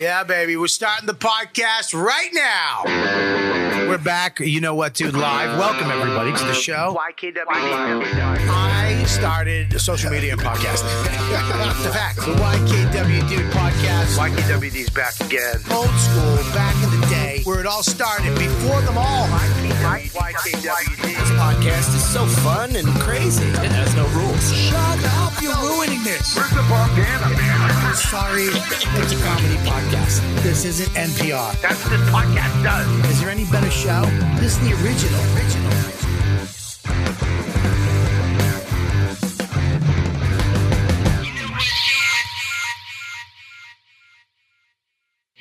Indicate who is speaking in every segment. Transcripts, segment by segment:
Speaker 1: Yeah, baby. We're starting the podcast right now. We're back. You know what, dude? Live. Welcome, everybody, to the show.
Speaker 2: YKW.
Speaker 1: I started social media and podcasting. the fact. The YKW Dude podcast.
Speaker 2: YKWD's back again.
Speaker 1: Old school, back in the day, where it all started, before them all.
Speaker 2: YKWD.
Speaker 3: podcast is so fun and crazy. It has no rules.
Speaker 1: Shut up. You're ruining this.
Speaker 2: Where's the bandana, man?
Speaker 1: I'm sorry.
Speaker 3: It's a comedy podcast.
Speaker 1: This isn't NPR.
Speaker 2: That's what this podcast does.
Speaker 1: Is there any better show? This is the original. Original.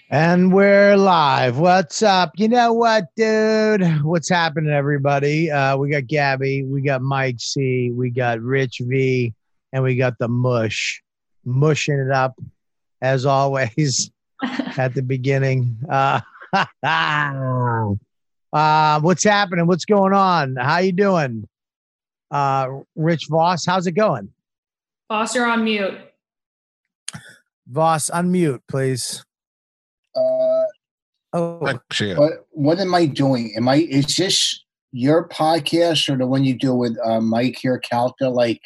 Speaker 1: And we're live. What's up? You know what, dude? What's happening, everybody? Uh, we got Gabby, we got Mike C, we got Rich V, and we got the Mush, mushing it up as always at the beginning. Uh, uh, what's happening? What's going on? How you doing, uh, Rich Voss? How's it going?
Speaker 4: Boss, you're on mute.
Speaker 1: Voss, unmute, please.
Speaker 5: Uh,
Speaker 1: Oh,
Speaker 5: what what am I doing? Am I is this your podcast or the one you do with uh, Mike here, Calca? Like,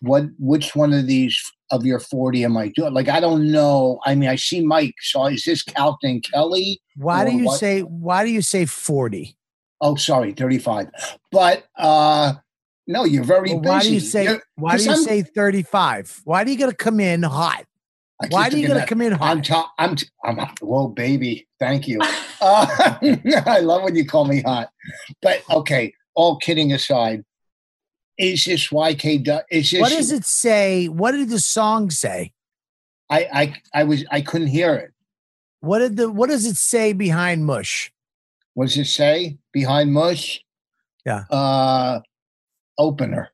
Speaker 5: what which one of these of your forty am I doing? Like, I don't know. I mean, I see Mike, so is this Calca and Kelly?
Speaker 1: why do
Speaker 5: Well,
Speaker 1: you
Speaker 5: what-
Speaker 1: say? Why do you say forty?
Speaker 5: Oh, sorry, thirty-five. But uh no, you're very
Speaker 1: Well,
Speaker 5: busy.
Speaker 1: why do you say?
Speaker 5: You're-
Speaker 1: Why do you
Speaker 5: 'cause I'm-
Speaker 1: say thirty-five? Why do you gotta come in hot?
Speaker 5: I keep
Speaker 1: Why do you
Speaker 5: thinking
Speaker 1: gotta
Speaker 5: that-
Speaker 1: come in
Speaker 5: I'm
Speaker 1: hot?
Speaker 5: top. I'm. T- I'm. hot. Whoa, baby! Thank you. Uh, I love when you call me hot. But okay, all kidding aside, is this YK? du- Is this?
Speaker 1: What does it say? What did the song say?
Speaker 5: I. I. I was. I couldn't hear it.
Speaker 1: What did the? What does it say behind Mush?
Speaker 5: What does it say behind Mush?
Speaker 1: Yeah.
Speaker 5: Uh, opener.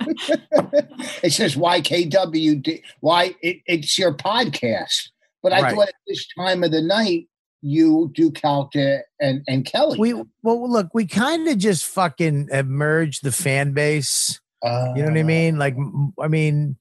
Speaker 5: it says YKWD. Why? It, it's your podcast. But I
Speaker 1: Right.
Speaker 5: thought at this time of the night you do Calta and and Kelly.
Speaker 1: We well, look, we kind of just fucking emerged the fan base.
Speaker 5: Uh,
Speaker 1: You know what I mean? Like, m- I mean,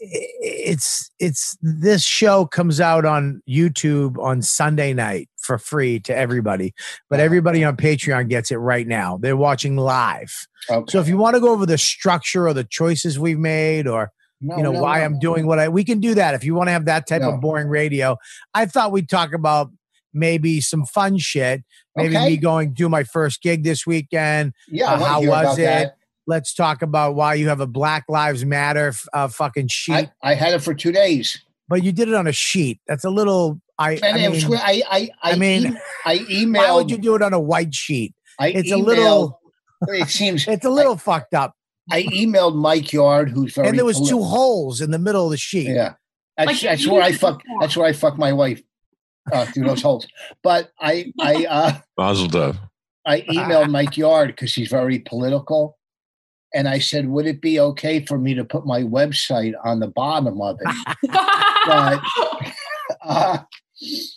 Speaker 1: i- it's it's this show comes out on YouTube on Sunday night for free to everybody, but
Speaker 5: Uh-huh.
Speaker 1: everybody on Patreon gets it right now. They're watching live.
Speaker 5: Okay.
Speaker 1: So if you want to go over the structure or the choices we've made or
Speaker 5: No,
Speaker 1: you know
Speaker 5: no,
Speaker 1: why
Speaker 5: no.
Speaker 1: I'm doing what I we can do that if you want to have that type
Speaker 5: No.
Speaker 1: of boring radio. I thought we'd talk about maybe some fun shit. Maybe
Speaker 5: Okay.
Speaker 1: me going do my first gig this weekend.
Speaker 5: yeah, I
Speaker 1: uh,
Speaker 5: wanna
Speaker 1: how
Speaker 5: hear
Speaker 1: was
Speaker 5: about
Speaker 1: it?
Speaker 5: that.
Speaker 1: Let's talk about why you have a Black Lives Matter f- uh, fucking sheet,
Speaker 5: I, I had it for two days,
Speaker 1: but you did it on a sheet. That's a little. I, I
Speaker 5: and it was,
Speaker 1: mean,
Speaker 5: I I I,
Speaker 1: I mean,
Speaker 5: em- I emailed.
Speaker 1: why would you do it on a white sheet?
Speaker 5: I
Speaker 1: It's a little.
Speaker 5: emailed- It seems
Speaker 1: It's a little fucked up.
Speaker 5: I emailed Mike Yard, who's very
Speaker 1: And there was two
Speaker 5: polit-
Speaker 1: holes in the middle of the sheet.
Speaker 5: Yeah, that's,
Speaker 4: Like,
Speaker 5: that's
Speaker 4: you
Speaker 5: where I
Speaker 4: did
Speaker 5: fuck.
Speaker 4: before.
Speaker 5: That's where I fuck my wife uh, through those holes. But I I uh,
Speaker 6: Mazel tov.
Speaker 5: I emailed Mike Yard because he's very political. And I said, would it be okay for me to put my website on the bottom of it? because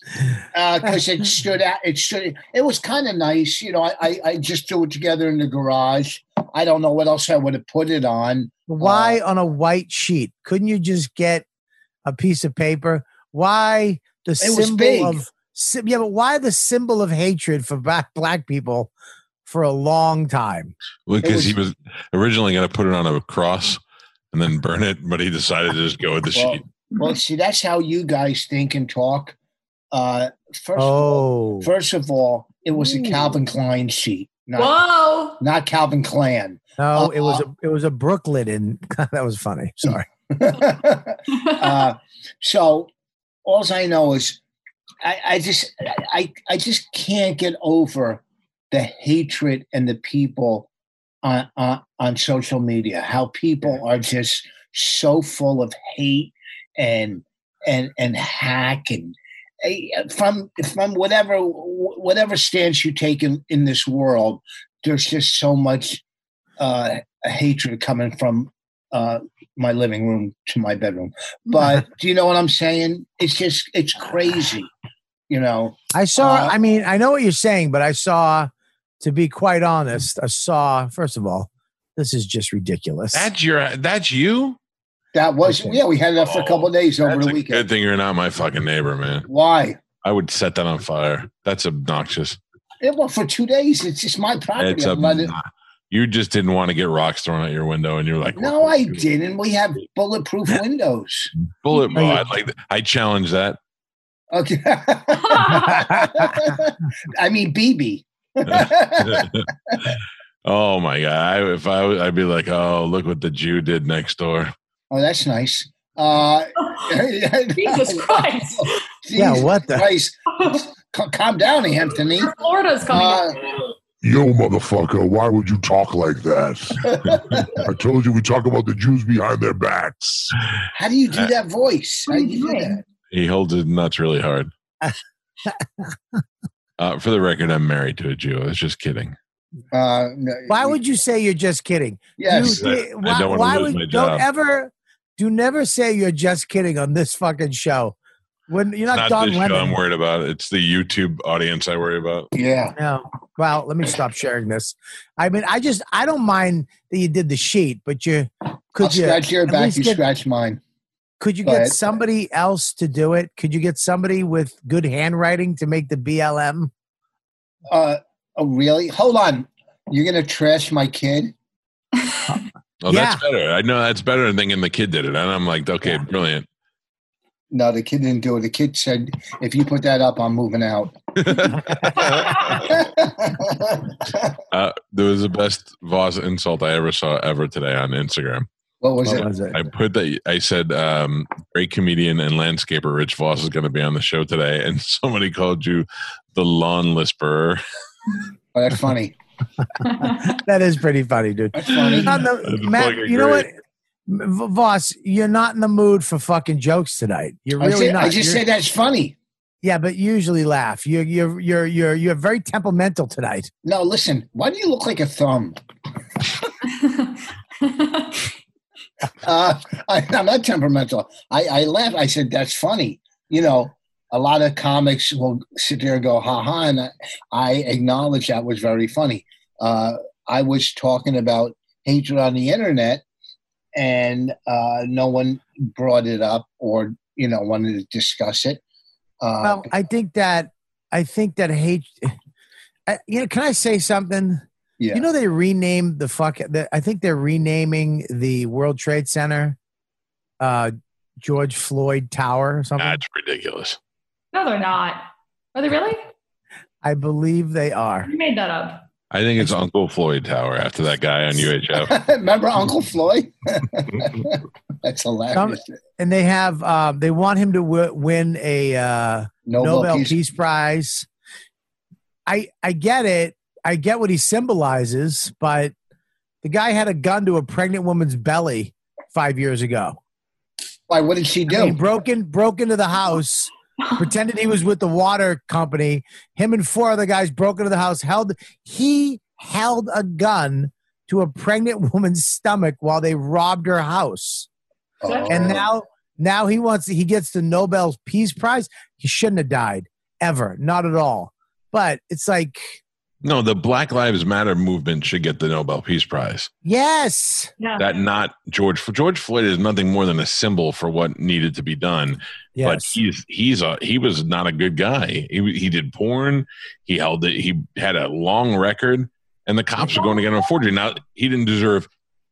Speaker 5: uh, it stood out. It stood. It was kind of nice, you know. I, I I just threw it together in the garage. I don't know what else I would have put it on.
Speaker 1: Why
Speaker 5: Uh,
Speaker 1: on a white sheet? Couldn't you just get a piece of paper? Why the
Speaker 5: was
Speaker 1: symbol
Speaker 5: big.
Speaker 1: of sy- yeah, but why the symbol of hatred for black black people for a long time?
Speaker 5: It
Speaker 6: Because
Speaker 5: was-
Speaker 6: he was originally going to put it on a cross and then burn it, but he decided to just go with the
Speaker 5: Well,
Speaker 6: sheet.
Speaker 5: well, see, that's how you guys think and talk. Uh, first,
Speaker 1: Oh,
Speaker 5: first of all, it was a
Speaker 4: Ooh.
Speaker 5: Calvin Klein sheet, not,
Speaker 4: Whoa.
Speaker 5: not Calvin Klan.
Speaker 1: no, it was a it was a Brooklyn and that was funny. Sorry.
Speaker 5: uh, so all I know is I, I just I I just can't get over the hatred and the people on on, on social media. How people are just so full of hate and and and hack and eh, from from whatever whatever stance you take in, in this world, there's just so much uh, hatred coming from uh, my living room to my bedroom. But do you know what I'm saying? It's just it's crazy, you know.
Speaker 1: I saw.
Speaker 5: Uh,
Speaker 1: I mean, I know what you're saying, but I saw. To be quite honest, I saw. First of all, this is just ridiculous.
Speaker 6: That's your. That's you.
Speaker 5: That was
Speaker 1: Okay.
Speaker 5: yeah. We had that for a couple of days over
Speaker 6: Oh, That's
Speaker 5: the
Speaker 6: a
Speaker 5: weekend.
Speaker 6: good thing you're not my fucking neighbor, man.
Speaker 5: Why?
Speaker 6: I would set that on fire. That's obnoxious.
Speaker 5: It went for two days. It's just my property.
Speaker 6: It's
Speaker 5: I'm letting-
Speaker 6: obnoxious. You just didn't want to get rocks thrown out your window, and you're like,
Speaker 5: no, I didn't. We have bulletproof windows.
Speaker 6: Bullet.
Speaker 1: No, you-
Speaker 6: I like. I challenge that.
Speaker 5: Okay. I mean, BB.
Speaker 6: oh my god! I, if I, was- I'd be like, oh, look what the Jew did next door.
Speaker 5: oh, that's nice. Uh,
Speaker 4: Jesus Christ.
Speaker 1: yeah, what the?
Speaker 5: Christ. C- calm down, Anthony.
Speaker 4: Florida's coming.
Speaker 5: Uh,
Speaker 7: Yo, motherfucker, why would you talk like that? I told you we talk about the Jews behind their backs.
Speaker 5: How do you do that voice? How do you do that?
Speaker 6: He holds his nuts really hard. uh, for the record, I'm married to a Jew. I was just kidding.
Speaker 5: Uh, no,
Speaker 1: Why would you say you're just kidding?
Speaker 5: Yes.
Speaker 1: You did-
Speaker 6: I
Speaker 1: why,
Speaker 6: don't wanna
Speaker 1: why
Speaker 6: lose
Speaker 1: would-
Speaker 6: my job.
Speaker 1: Don't ever, do never say you're just kidding on this fucking show. When you're not,
Speaker 6: Not,
Speaker 1: Don
Speaker 6: this show I'm
Speaker 1: Lemon.
Speaker 6: worried about. It's the YouTube audience I worry about.
Speaker 5: Yeah.
Speaker 1: No. Well, let me stop sharing this. I mean, I just I don't mind that you did the sheet, but you
Speaker 5: I'll
Speaker 1: could you
Speaker 5: scratch your
Speaker 1: at
Speaker 5: back.
Speaker 1: least
Speaker 5: You
Speaker 1: get-
Speaker 5: scratch mine.
Speaker 1: could you
Speaker 5: go
Speaker 1: get
Speaker 5: ahead.
Speaker 1: somebody else to do it? Could you get somebody with good handwriting to make the BLM?
Speaker 5: Uh, oh, really? Hold on. You're gonna trash my kid?
Speaker 6: Oh, that's better. I know that's better than thinking the kid did it. And I'm like, okay, brilliant.
Speaker 5: No, the kid didn't do it. The kid said, "If you put that up, I'm moving out."
Speaker 6: Uh, there was the best Voss insult I ever saw ever today on Instagram.
Speaker 5: what was it?
Speaker 1: was it?
Speaker 6: I put that. I said, um, "Great comedian and landscaper Rich Voss is going to be on the show today," and somebody called you the lawn lisperer.
Speaker 5: Oh, that's funny. Uh,
Speaker 1: That is pretty funny, dude.
Speaker 5: That's funny.
Speaker 1: Not in the-
Speaker 6: That's
Speaker 1: Matt,
Speaker 6: fucking
Speaker 1: you know what?
Speaker 6: great.
Speaker 1: V- Voss, you're not in the mood for fucking jokes tonight. You're
Speaker 5: I,
Speaker 1: really
Speaker 5: said,
Speaker 1: not.
Speaker 5: I just
Speaker 1: You're-
Speaker 5: said that's funny.
Speaker 1: yeah, but you usually laugh. You're you're you're you're you're very temperamental tonight.
Speaker 5: No, listen. Why do you look like a thumb? Uh, I, I'm not temperamental. I, I laughed. I said that's funny. You know, a lot of comics will sit there and go, "Ha ha," and I, I acknowledge that was very funny. Uh, I was talking about hatred on the internet, and uh, no one brought it up or you know wanted to discuss it. Uh,
Speaker 1: Well, I think that I think that hate. I, you know, can I say something?
Speaker 5: yeah.
Speaker 1: You know, they renamed the fuck. The, I think they're renaming the World Trade Center, uh, George Floyd Tower or something.
Speaker 6: That's ridiculous.
Speaker 4: no, they're not. Are they really?
Speaker 1: I believe they are.
Speaker 4: You made that up.
Speaker 6: I think it's Uncle Floyd Tower after that guy on UHF.
Speaker 5: Remember Uncle Floyd? that's hilarious.
Speaker 1: and they have um, they want him to w- win a uh,
Speaker 5: Nobel,
Speaker 1: Nobel
Speaker 5: Peace.
Speaker 1: Peace. Prize. I I get it. I get what he symbolizes, but the guy had a gun to a pregnant woman's belly five years ago.
Speaker 5: Why? What did she do?
Speaker 1: He broke in, broke into the house, pretended he was with the water company. Him and four other guys broke into the house. Held he held a gun to a pregnant woman's stomach while they robbed her house
Speaker 6: Oh.
Speaker 1: and
Speaker 5: Oh.
Speaker 1: now now he wants he gets the Nobel Peace Prize. He shouldn't have died ever, not at all. But it's like
Speaker 6: No, the Black Lives Matter movement should get the Nobel Peace Prize.
Speaker 1: yes,
Speaker 4: Yeah.
Speaker 6: That not George George Floyd is nothing more than a symbol for what needed to be done. but
Speaker 1: yes.
Speaker 6: he's he's a he was not a good guy. He he did porn. He held it. He had a long record, and the cops are going to get him a forgery. Now he didn't deserve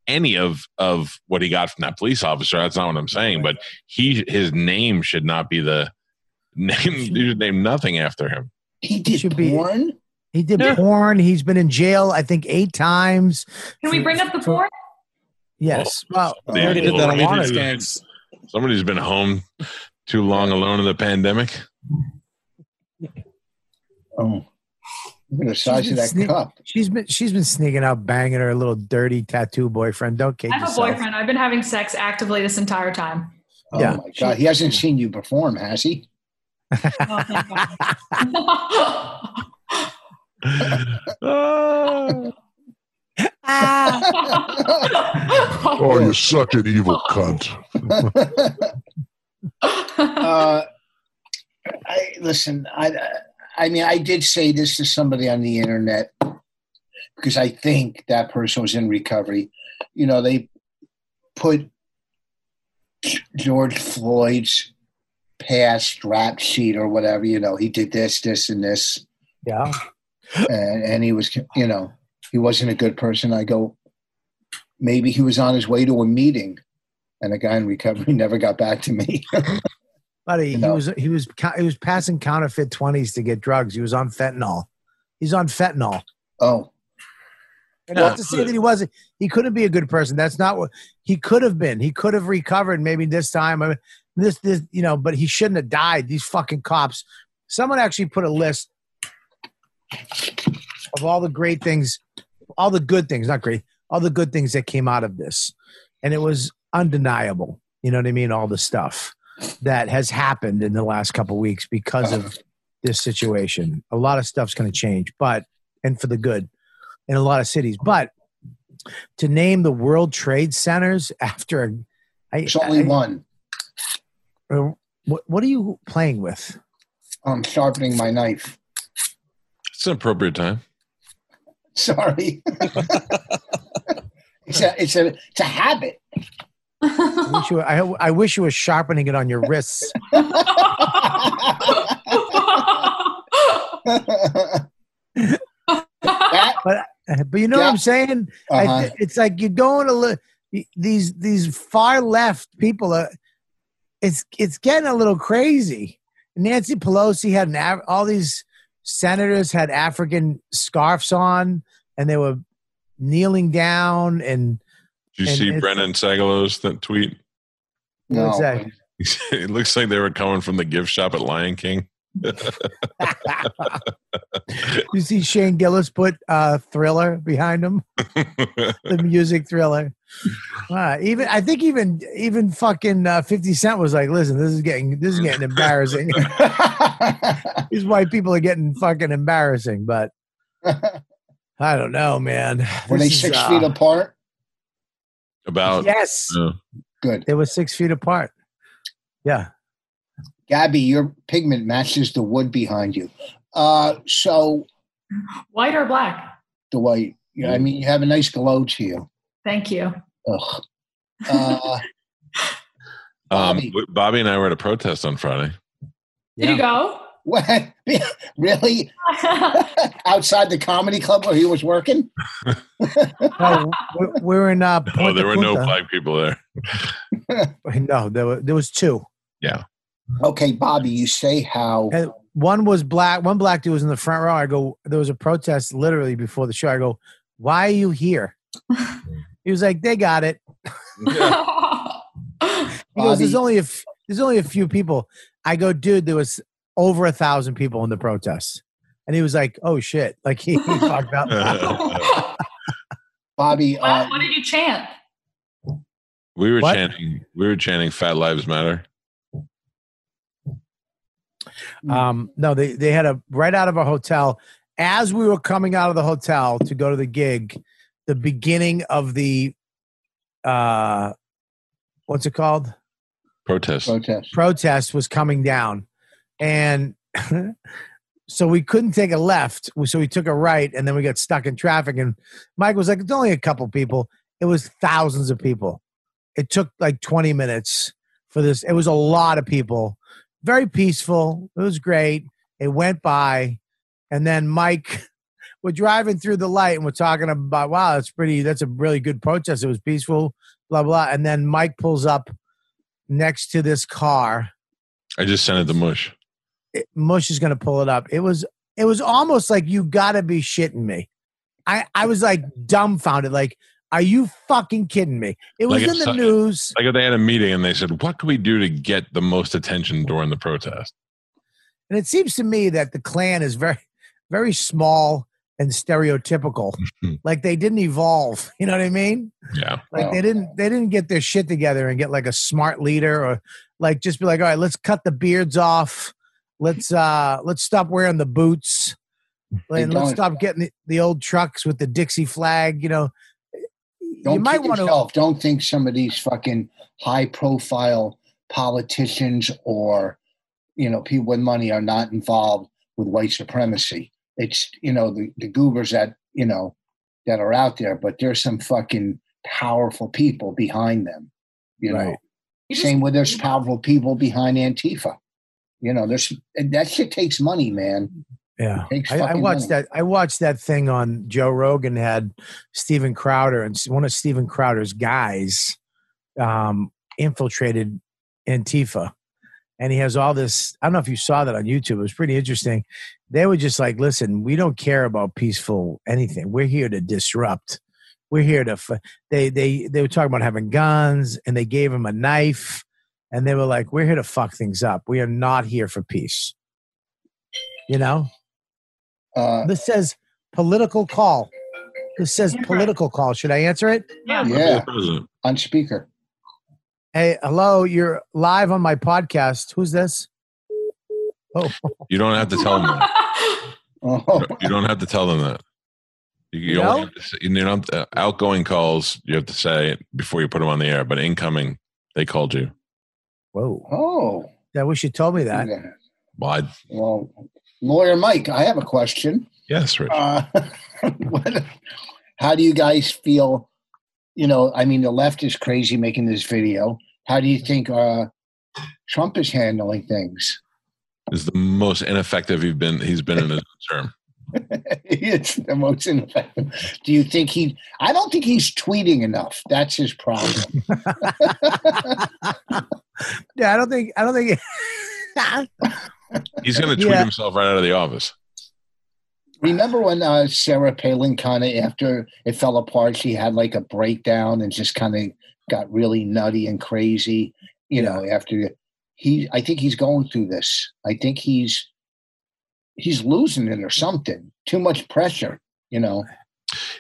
Speaker 6: any of of what he got from that police officer. That's not what I'm saying. But he his name should not be the name. You should name nothing after him.
Speaker 5: He did
Speaker 1: Should be-
Speaker 5: porn.
Speaker 1: he did
Speaker 4: Yeah.
Speaker 1: porn. He's been in jail, I think, eight times.
Speaker 4: Can we bring up the porn?
Speaker 1: Yes. Well,
Speaker 6: They
Speaker 1: already
Speaker 6: did that on Lord, Water man.
Speaker 8: Skins.
Speaker 6: Somebody's been home too long alone in the pandemic.
Speaker 5: Oh, look at the size of that
Speaker 1: Sneak-
Speaker 5: cup.
Speaker 1: she's been she's been sneaking out, banging her little dirty tattoo boyfriend. Don't kid
Speaker 4: I have a
Speaker 1: yourself.
Speaker 4: boyfriend. I've been having sex actively this entire time.
Speaker 5: Oh
Speaker 1: Yeah.
Speaker 5: my god, he hasn't seen you perform, has he?
Speaker 4: Oh, thank God.
Speaker 6: Ah.
Speaker 1: Ah,
Speaker 7: Oh, you're such an evil cunt.
Speaker 5: uh, I listen. I I mean, I did say this to somebody on the internet because I think that person was in recovery. You know, they put George Floyd's past rap sheet or whatever. You know, he did this, this, and this,
Speaker 1: Yeah.
Speaker 5: and, and he was, you know, he wasn't a good person. I go, maybe he was on his way to a meeting, and a guy in recovery never got back to me.
Speaker 1: Buddy,
Speaker 5: You know.
Speaker 1: he was he was co- he was passing counterfeit twenties to get drugs. He was on fentanyl. He's on fentanyl.
Speaker 5: oh,
Speaker 1: And not to say that he wasn't. He couldn't be a good person. That's not what he could have been. He could have recovered maybe this time. I mean, this this you know, but he shouldn't have died. These fucking cops. Someone actually put a list of all the great things, all the good things, not great, all the good things that came out of this, and it was undeniable. You know what I mean? All the stuff that has happened in the last couple weeks because of this situation. A lot of stuff's going to change, but and for the good in a lot of cities. But to name the World Trade Centers after a, I,
Speaker 5: it's only
Speaker 1: I- uh,
Speaker 5: one.
Speaker 1: What, what are you playing with?
Speaker 5: I'm sharpening my knife.
Speaker 6: It's an appropriate time.
Speaker 5: Sorry. it's a it's a it's a habit. Uh,
Speaker 1: I wish, you, I, I wish you were sharpening it on your wrists.
Speaker 5: that,
Speaker 1: But you know what I'm saying? I,
Speaker 5: uh-huh.
Speaker 1: th- it's like you're going to look these these far left people are. It's it's getting a little crazy. Nancy Pelosi had an Af- all these senators had African scarves on, and they were kneeling down and
Speaker 6: Did you
Speaker 1: And
Speaker 6: see
Speaker 1: it's-
Speaker 6: Brennan Sagalow's th- tweet?
Speaker 1: what was that?
Speaker 6: it looks like they were coming from the gift shop at Lion King.
Speaker 1: you see Shane Gillis put uh, Thriller behind him, the music Thriller. Uh, even I think even even fucking uh, Fifty Cent was like, "Listen, this is getting this is getting embarrassing. These white people are getting fucking embarrassing." But I don't know, man.
Speaker 5: Were
Speaker 1: This
Speaker 5: they
Speaker 1: is,
Speaker 5: six
Speaker 1: uh,
Speaker 5: feet apart?
Speaker 6: About
Speaker 1: Yes,
Speaker 6: uh,
Speaker 5: Good.
Speaker 1: they were six feet apart. Yeah,
Speaker 5: Gabby, your pigment matches the wood behind you. Uh, so
Speaker 4: White or black?
Speaker 5: the way yeah, I mean, you have a nice glow to you.
Speaker 4: Thank you.
Speaker 5: Ugh. Uh,
Speaker 6: um,
Speaker 5: Bobby.
Speaker 6: Bobby and I were at a protest on Friday.
Speaker 4: Did you go?
Speaker 5: what? really? Outside the comedy club where he was working?
Speaker 1: no, we're, we're in. Uh,
Speaker 6: Oh, there were no
Speaker 1: Punta
Speaker 6: black people there.
Speaker 1: Punta. No, there were there was two.
Speaker 5: Okay, Bobby, you say how?
Speaker 1: And one was black. One black dude was in the front row. I go, there was a protest literally before the show. I go, why are you here? he was like, they got it. He goes, there's
Speaker 5: Bobby-
Speaker 1: only a f- there's only a few people. I go, dude, there was over a thousand people in the protest, and he was like, oh shit, like he, he fucked up.
Speaker 5: Bobby, uh,
Speaker 4: What what did you chant?
Speaker 6: we were
Speaker 1: What?
Speaker 6: chanting. We were chanting "Fat Lives Matter."
Speaker 1: Um, no, they they had a right out of a hotel. As we were coming out of the hotel to go to the gig, the beginning of the uh, what's it called?
Speaker 6: Protest.
Speaker 5: protest.
Speaker 1: protest was coming down and so we couldn't take a left so we took a right and then we got stuck in traffic and mike was like it's only a couple people it was thousands of people it took like 20 minutes for this it was a lot of people very peaceful it was great it went by and then mike we're driving through the light and we're talking about wow that's pretty that's a really good protest it was peaceful blah blah and then mike pulls up next to this car.
Speaker 6: I just sent it to Mush.
Speaker 1: It, Mush is going to pull it up. It was it was almost like you got to be shitting me. I I was like dumbfounded. Like, are you fucking kidding me? It was
Speaker 6: Like,
Speaker 1: in the
Speaker 6: it's-
Speaker 1: news.
Speaker 6: Like they had a meeting and they said, "What can we do to get the most attention during the protest?"
Speaker 1: And it seems to me that the Klan is very, very small and stereotypical.
Speaker 6: Mhm.
Speaker 1: like they didn't evolve. You know what I mean?
Speaker 6: Yeah,
Speaker 1: Like
Speaker 5: Wow.
Speaker 1: they didn't they didn't get their shit together and get like a smart leader or like just be like, all right, let's cut the beards off. Let's uh let's stop wearing the boots.
Speaker 5: They
Speaker 1: And let's
Speaker 5: don't.
Speaker 1: stop getting the, the old trucks with the Dixie flag, you know.
Speaker 5: Don't
Speaker 1: you might
Speaker 5: kid
Speaker 1: want to
Speaker 5: yourself. Don't think some of these fucking high profile politicians or you know people with money are not involved with white supremacy. It's you know the, the goobers that you know that are out there, but there's some fucking powerful people behind them. You
Speaker 1: Right.
Speaker 5: know,
Speaker 4: You just-
Speaker 5: Same with there's powerful people behind Antifa. You know, there's that shit takes money, man.
Speaker 1: Yeah.
Speaker 5: Takes
Speaker 1: I, I
Speaker 5: fucking money.
Speaker 1: watched that. I watched that thing on Joe Rogan had Steven Crowder and s- one of Steven Crowder's guys um, infiltrated Antifa, and he has all this. I don't know if you saw that on YouTube. It was pretty interesting. They were just like, "Listen, we don't care about peaceful anything. We're here to disrupt. We're here to." F-. They they they were talking about having guns, and they gave him a knife, and they were like, "We're here to fuck things up. We are not here for peace." You know.
Speaker 5: Uh,
Speaker 1: This says political call. This says
Speaker 4: Yeah.
Speaker 1: political call. Should I answer it?
Speaker 4: yeah.
Speaker 5: yeah,
Speaker 6: President.
Speaker 5: on speaker.
Speaker 1: Hey, hello, you're live on my podcast. Who's this? Oh,
Speaker 6: You don't have to tell them that.
Speaker 5: Oh,
Speaker 6: You don't have to tell them that. You, you
Speaker 1: No?
Speaker 6: only have to say, you know, uh, outgoing calls, you have to say it before you put them on the air, but incoming, they called you.
Speaker 1: whoa.
Speaker 5: oh.
Speaker 1: I wish you told me that.
Speaker 5: Yeah.
Speaker 6: Well, I,
Speaker 5: Well, lawyer Mike, I have a question.
Speaker 6: yes, Rich.
Speaker 5: Uh, what, how do you guys feel? You know, I mean, the left is crazy making this video. How do you think uh, Trump is handling things?
Speaker 6: is the most ineffective he's been he's been in his term.
Speaker 5: it's the most ineffective. Do you think he? I don't think he's tweeting enough. That's his problem. Mm-hmm.
Speaker 1: Yeah, I don't think I don't think
Speaker 6: He's going to tweet
Speaker 1: Yeah.
Speaker 6: himself right out of the office.
Speaker 5: Remember when uh, Sarah Palin kind of after it fell apart, she had like a breakdown and just kind of got really nutty and crazy. You know, after he, I think he's going through this. I think he's he's losing it or something. Too much pressure. You know.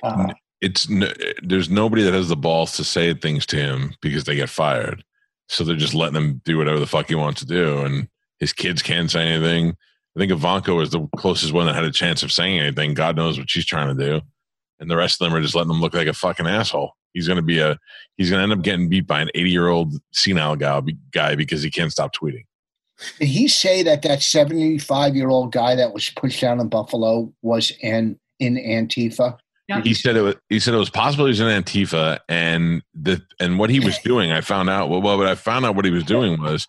Speaker 5: Uh,
Speaker 6: It's n there's nobody that has the balls to say things to him because they get fired. So they're just letting him do whatever the fuck he wants to do, and his kids can't say anything. I think Ivanka was the closest one that had a chance of saying anything. God knows what she's trying to do, and the rest of them are just letting him look like a fucking asshole. He's going to be a he's going to end up getting beat by an 80 year old senile guy, guy because he can't stop tweeting.
Speaker 5: did he say that that seventy-five-year-old guy that was pushed down in Buffalo was an in Antifa?
Speaker 4: Yeah.
Speaker 6: he said it was he said it was possible he was in antifa and the and what he was doing i found out well, well but i found out what he was doing was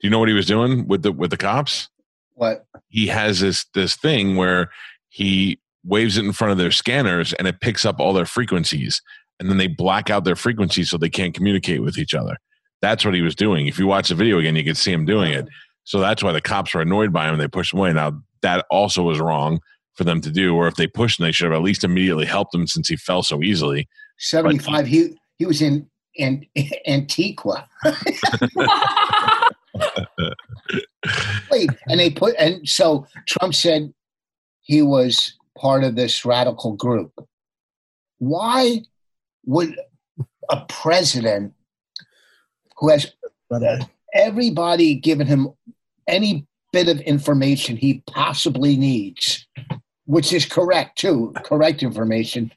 Speaker 6: do you know what he was doing with the with the cops
Speaker 5: What?
Speaker 6: he has this this thing where he waves it in front of their scanners and it picks up all their frequencies and then they black out their frequencies so they can't communicate with each other that's what he was doing if you watch the video again you can see him doing it so that's why the cops were annoyed by him and they pushed him away now that also was wrong for them to do or if they pushed him they should have at least immediately helped him since he fell so easily
Speaker 5: 75 he he was in in antiqua wait and they put and so trump said he was part of this radical group why would a president who has everybody given him any bit of information he possibly needs which is correct too correct information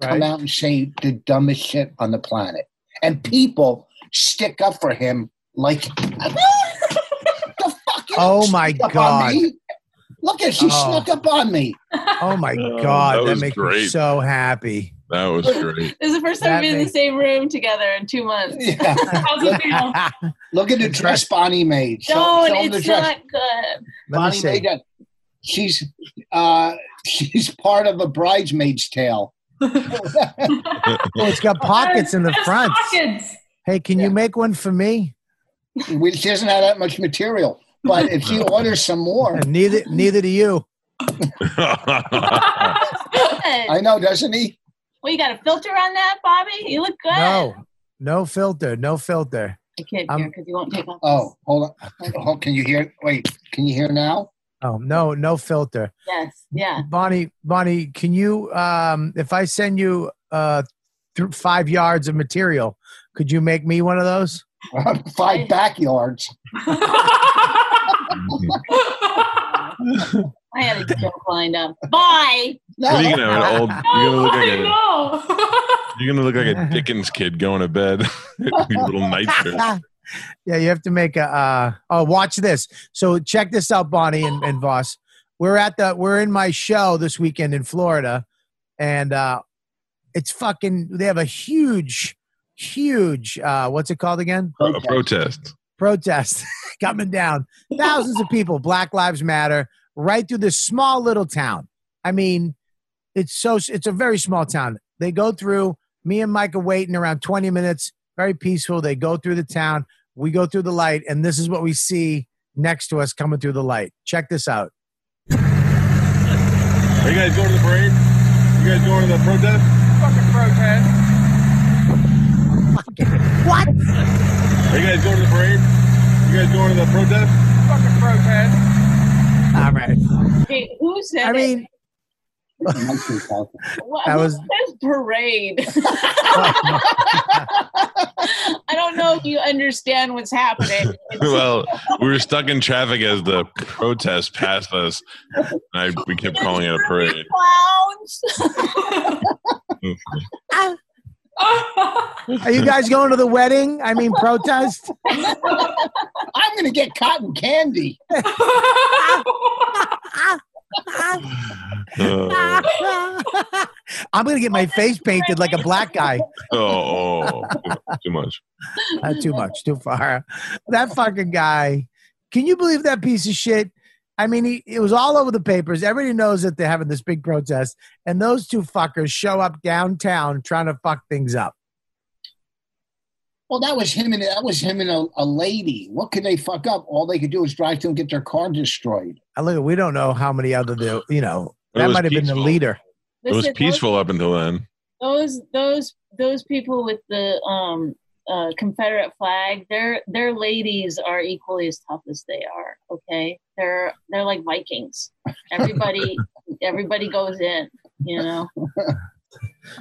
Speaker 5: come out and say the dumbest shit on the planet. And people stick up for him like the fuck you
Speaker 1: Oh
Speaker 5: snuck
Speaker 1: my
Speaker 5: up on
Speaker 1: God.
Speaker 5: me? Look at she
Speaker 1: Oh.
Speaker 5: snuck up on me.
Speaker 1: Oh my
Speaker 6: Oh,
Speaker 1: god,
Speaker 6: that
Speaker 1: that,
Speaker 6: was
Speaker 1: makes me
Speaker 6: great.
Speaker 1: so happy.
Speaker 6: that was great
Speaker 8: This is the first time
Speaker 1: That
Speaker 8: we've been in the
Speaker 1: makes-
Speaker 8: same room together in two months.
Speaker 5: Yeah.
Speaker 4: How's it feel?
Speaker 5: Look at the dress Bonnie made. Show-
Speaker 8: Don't,
Speaker 5: show 'em the
Speaker 8: it's
Speaker 5: dress.
Speaker 8: not good.
Speaker 1: Let me
Speaker 5: Bonnie made
Speaker 1: see.
Speaker 5: that. She's uh, she's part of a bridesmaid's tale.
Speaker 1: Oh, it's got pockets in the
Speaker 4: There's
Speaker 1: front.
Speaker 4: Pockets.
Speaker 1: Hey, can
Speaker 5: Yeah.
Speaker 1: you make one for me?
Speaker 5: Which doesn't have that much material. But if you order some more,
Speaker 1: And neither neither do you.
Speaker 8: Good.
Speaker 5: I know, doesn't he?
Speaker 8: well, you got a filter on that, Bobby? You look good.
Speaker 1: No. No filter, no filter.
Speaker 8: I can't
Speaker 1: I'm-
Speaker 8: hear because you won't take off.
Speaker 5: Oh, hold on. Oh, can you hear? Wait, can you hear now?
Speaker 1: Oh, no, no filter.
Speaker 8: Yes. Yeah.
Speaker 1: Bonnie, Bonnie, can you, um, if I send you uh, th- five yards of material, could you make me one of those?
Speaker 5: five backyards.
Speaker 8: I had a joke lined up. Bye.
Speaker 5: No,
Speaker 6: What are you gonna have, an old you're
Speaker 4: oh,
Speaker 6: gonna look like
Speaker 4: I know.
Speaker 6: a You're gonna look like a Dickens kid going to bed. Your little nightshirt.
Speaker 1: yeah, you have to make a. Uh, oh, watch this. So check this out, Bonnie and, and Voss. We're at the. We're in my show this weekend in Florida, and uh, it's fucking. They have a huge, huge, uh, what's it called again?
Speaker 6: a protest.
Speaker 1: Protest coming down. Thousands of people, Black Lives Matter, right through this small little town. I mean, it's so, it's a very small town. They go through, me and Mike are waiting around 20 minutes, very peaceful. They go through the town, we go through the light, and this is what we see next to us coming through the light. Check this out.
Speaker 9: Are you guys going to the parade? You guys going to the protest? Fucking protest.
Speaker 1: What?
Speaker 9: Are you guys going to the parade? You guys going to the protest? Fucking protest.
Speaker 1: All right.
Speaker 8: Hey, who said
Speaker 1: I mean,
Speaker 8: it?
Speaker 1: that
Speaker 8: that
Speaker 1: was-
Speaker 8: was says parade. I don't know if you understand what's happening.
Speaker 6: well, we were stuck in traffic as the protest passed us. And I, we kept calling it a parade.
Speaker 8: Clowns.
Speaker 1: are you guys going to the wedding? I mean, protest?
Speaker 5: I'm going to get cotton candy.
Speaker 6: Uh,
Speaker 1: I'm going to get my face painted like a black guy.
Speaker 6: oh, oh, too much.
Speaker 1: Uh, too much, too far. That fucking guy. Can you believe that piece of shit? I mean, he, it was all over the papers. Everybody knows that they're having this big protest, and those two fuckers show up downtown trying to fuck things up.
Speaker 5: Well, that was him and that was him and a, a lady. What could they fuck up? All they could do is drive through and get their car destroyed.
Speaker 1: I look, we don't know how many other, the, you know,
Speaker 6: It
Speaker 1: that
Speaker 6: was
Speaker 1: might have been the
Speaker 6: peaceful.
Speaker 1: leader.
Speaker 6: It was
Speaker 8: Listen,
Speaker 6: peaceful up until then.
Speaker 8: Those those those people with the um uh, Confederate flag, their their ladies are equally as tough as they are. Okay, they're they're like Vikings. Everybody everybody goes in. You know,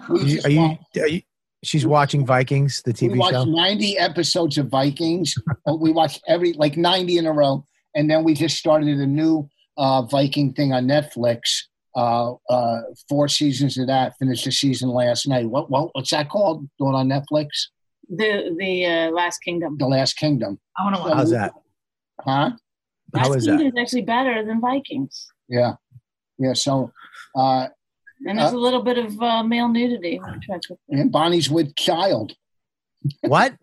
Speaker 5: We
Speaker 1: You-
Speaker 5: just
Speaker 1: Are you,
Speaker 5: watched-
Speaker 1: are you? She's watching Vikings, the
Speaker 5: we
Speaker 1: TV
Speaker 5: watched
Speaker 1: show.
Speaker 5: 90 episodes of Vikings. but we watched every like 90 in a row, and then we just started a new uh, Viking thing on Netflix. Uh, uh, four seasons of that. Finished the season last night. What, what what's that called? Doing on Netflix?
Speaker 8: the the uh, Last Kingdom.
Speaker 5: The Last Kingdom,
Speaker 4: I want to watch.
Speaker 1: How's that?
Speaker 5: huh?
Speaker 1: How
Speaker 8: Last
Speaker 1: is that?
Speaker 8: Kingdom is actually better than Vikings.
Speaker 5: Yeah, yeah. So, uh,
Speaker 8: And there's a little bit of uh, male nudity. which I could-
Speaker 5: and Bonnie's with child.
Speaker 1: What?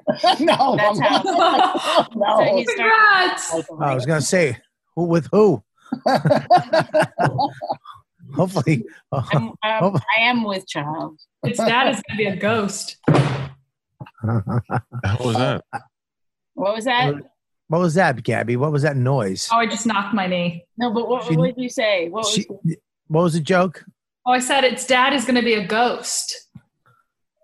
Speaker 5: no,
Speaker 8: That's
Speaker 5: I'm-
Speaker 8: So
Speaker 5: no.
Speaker 8: he's starting
Speaker 4: Congrats.
Speaker 8: to
Speaker 1: I was gonna say who with who. Hopefully,
Speaker 8: I'm, I'm, I am with child.
Speaker 4: Its dad is gonna be a ghost.
Speaker 6: How was that?
Speaker 8: What was that?
Speaker 1: Uh, what was that, Gabby? What was that noise?
Speaker 4: Oh, I just knocked my knee.
Speaker 8: No, but what,
Speaker 1: She-
Speaker 8: what did you say? What was
Speaker 1: She- what was the joke?
Speaker 4: Oh, I said its dad is gonna be a ghost.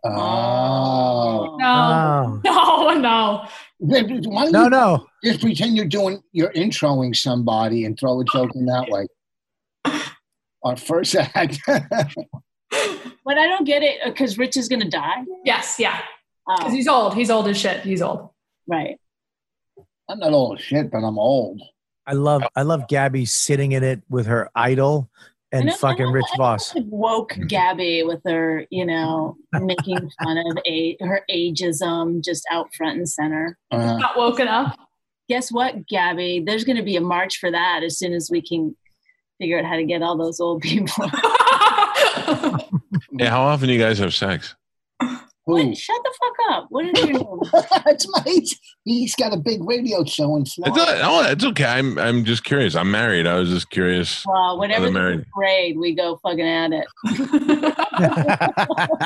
Speaker 5: Oh.
Speaker 4: No, no, no.
Speaker 5: Why don't
Speaker 1: Ah. no,
Speaker 5: you
Speaker 1: no.
Speaker 5: just pretend you're doing you're introing somebody and throw a joke in that way? Our first act.
Speaker 8: But I don't get it because Rich is gonna die.
Speaker 4: Yes, yeah.
Speaker 8: Oh,
Speaker 4: Because he's old. He's old as shit. He's old.
Speaker 8: right.
Speaker 5: I'm not old as shit, but I'm old.
Speaker 1: I love, I love Gabby sitting in it with her idol and
Speaker 8: I know- I
Speaker 1: fucking
Speaker 8: know-
Speaker 1: Rich
Speaker 8: I know
Speaker 1: Voss. Mm-hmm.
Speaker 8: like woke Gabby with her, you know, making fun of a- her ageism just out front and center.
Speaker 5: Uh,
Speaker 4: Not woken up.
Speaker 8: Guess what, Gabby? There's going to be a march for that as soon as we can figure out how to get all those old people.
Speaker 6: Hey, how often do you guys have sex?
Speaker 5: who?
Speaker 8: What? Shut the fuck up. What is your name?
Speaker 5: That's my. He's got a big radio show in
Speaker 6: It's, not,
Speaker 5: Florida.
Speaker 6: oh, it's okay. I'm, I'm just curious. I'm married. I was just curious.
Speaker 8: Well, whatever
Speaker 6: Other Mary.
Speaker 8: the grade, we go fucking at it.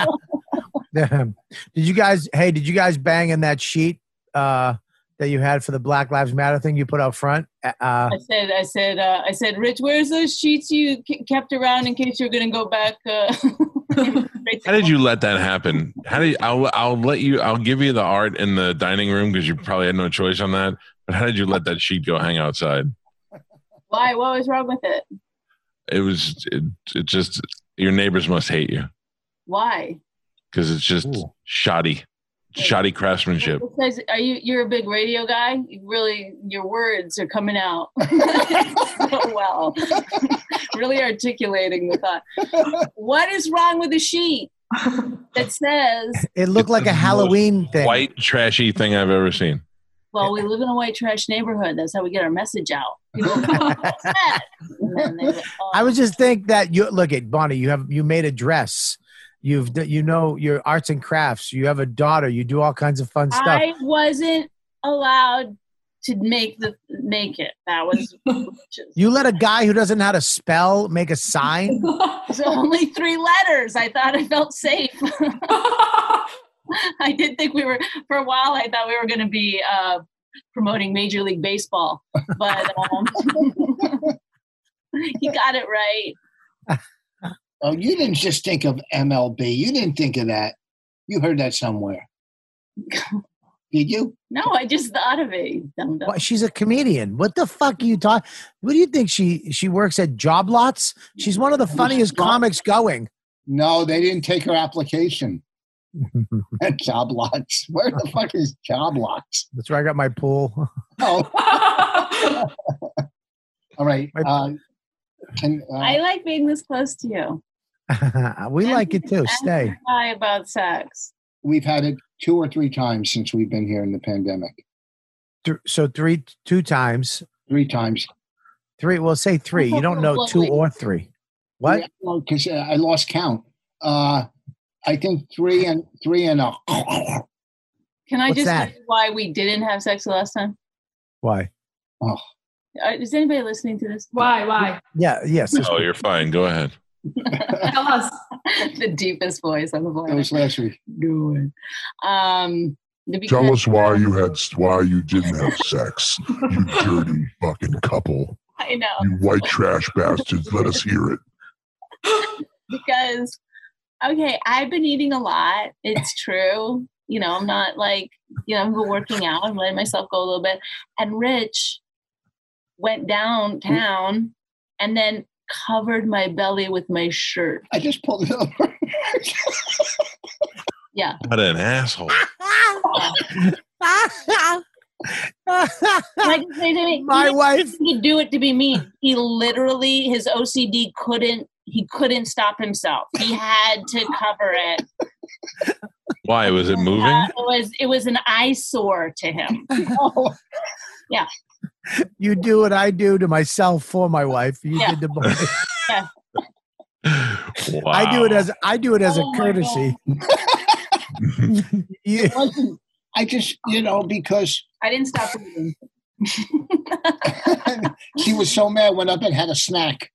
Speaker 1: did you guys? Hey, did you guys bang in that sheet uh, that you had for the Black Lives Matter thing you put out front? Uh,
Speaker 8: I said, I said, uh, I said, Rich, where's those sheets you k- kept around in case you're gonna go back? Uh,
Speaker 6: How did you let that happen? How did you, I'll, I'll let you, I'll give you the art in the dining room because you probably had no choice on that. But how did you let that sheet go hang outside?
Speaker 8: Why? What was wrong with it?
Speaker 6: It was, it, it just, your neighbors must hate you
Speaker 8: Why?
Speaker 6: because it's just
Speaker 1: Ooh.
Speaker 6: shoddy, shoddy craftsmanship.
Speaker 8: Because are you? You're a big radio guy. You really, your words are coming out so well. really articulating the thought. What is wrong with the sheet that says?
Speaker 1: it looked
Speaker 6: It's
Speaker 1: like
Speaker 6: the
Speaker 1: a Halloween thing.
Speaker 6: White, trashy thing I've ever seen.
Speaker 8: Well, we live in a white trash neighborhood. That's how we get our message out. People get upset. And then they go,
Speaker 1: I would just think that you look at Bonnie. You have you made a dress. You've d- you know your arts and crafts. You have a daughter. You do all kinds of fun stuff.
Speaker 8: I wasn't allowed to make the make it. That was
Speaker 1: you let a guy who doesn't know how to spell make a sign.
Speaker 8: It was only three letters. I thought I felt safe. I did think we were for a while. I thought we were going to be uh, promoting Major League Baseball, but um, he got it right.
Speaker 5: Oh, you didn't just think of MLB. You didn't think of that. You heard that somewhere. Did you?
Speaker 8: No, I just thought of it. you Dumb dumb.
Speaker 1: Why, she's a comedian. What the fuck are you talking? What do you think she she works at job lots? She's one of the funniest comics going.
Speaker 5: No, they didn't take her application. job lots. Where the fuck is job lots?
Speaker 1: That's where I got my pool.
Speaker 5: Oh,
Speaker 4: I
Speaker 5: all right. Uh, can, uh,
Speaker 8: I like being this close to you.
Speaker 1: we like it too.
Speaker 8: And
Speaker 1: Stay.
Speaker 8: shy about sex.
Speaker 5: we've had it two or three times since we've been here in the pandemic.
Speaker 1: Th- so three, two times,
Speaker 5: Three times.
Speaker 1: three. Well, say three. You don't know two or three. What?
Speaker 5: Because I lost count. Uh, I think three and three and a.
Speaker 8: Can I
Speaker 1: What's
Speaker 8: just
Speaker 1: that?
Speaker 8: tell you why we didn't have sex the last time?
Speaker 1: Why?
Speaker 8: Uh, Is anybody listening to this?
Speaker 4: Why? Why?
Speaker 1: Yeah. Yes. this-
Speaker 6: Oh, you're fine. Go ahead.
Speaker 4: Tell us.
Speaker 8: the deepest voice on the
Speaker 5: That was
Speaker 8: planet.
Speaker 5: last week.
Speaker 8: Good. Um, the- because-
Speaker 7: Tell us why you had why you didn't have sex, you dirty fucking couple,
Speaker 8: I know.
Speaker 7: you white trash bastards. Let us hear it.
Speaker 8: because okay, I've been eating a lot. It's true. You know, I'm not like you know, I'm working out. I'm letting myself go a little bit. And Rich went downtown and then covered my belly with my shirt.
Speaker 5: I just pulled it over.
Speaker 6: What an asshole.
Speaker 8: Like say to me,
Speaker 1: my wife.
Speaker 8: he do it to be mean. He literally his OCD couldn't. He couldn't stop himself. He had to cover it.
Speaker 6: Why was it
Speaker 8: Uh,
Speaker 6: moving?
Speaker 8: it was it was an eyesore to him.
Speaker 1: You do what I do to myself for my wife. You
Speaker 8: Yeah.
Speaker 1: did the. boy.
Speaker 6: Wow.
Speaker 1: I do it as I do it as
Speaker 8: Oh
Speaker 1: a
Speaker 8: my
Speaker 1: courtesy. You-
Speaker 5: It wasn't. I just, you know, because
Speaker 8: I didn't stop breathing.
Speaker 5: she was so mad, went up and had a snack.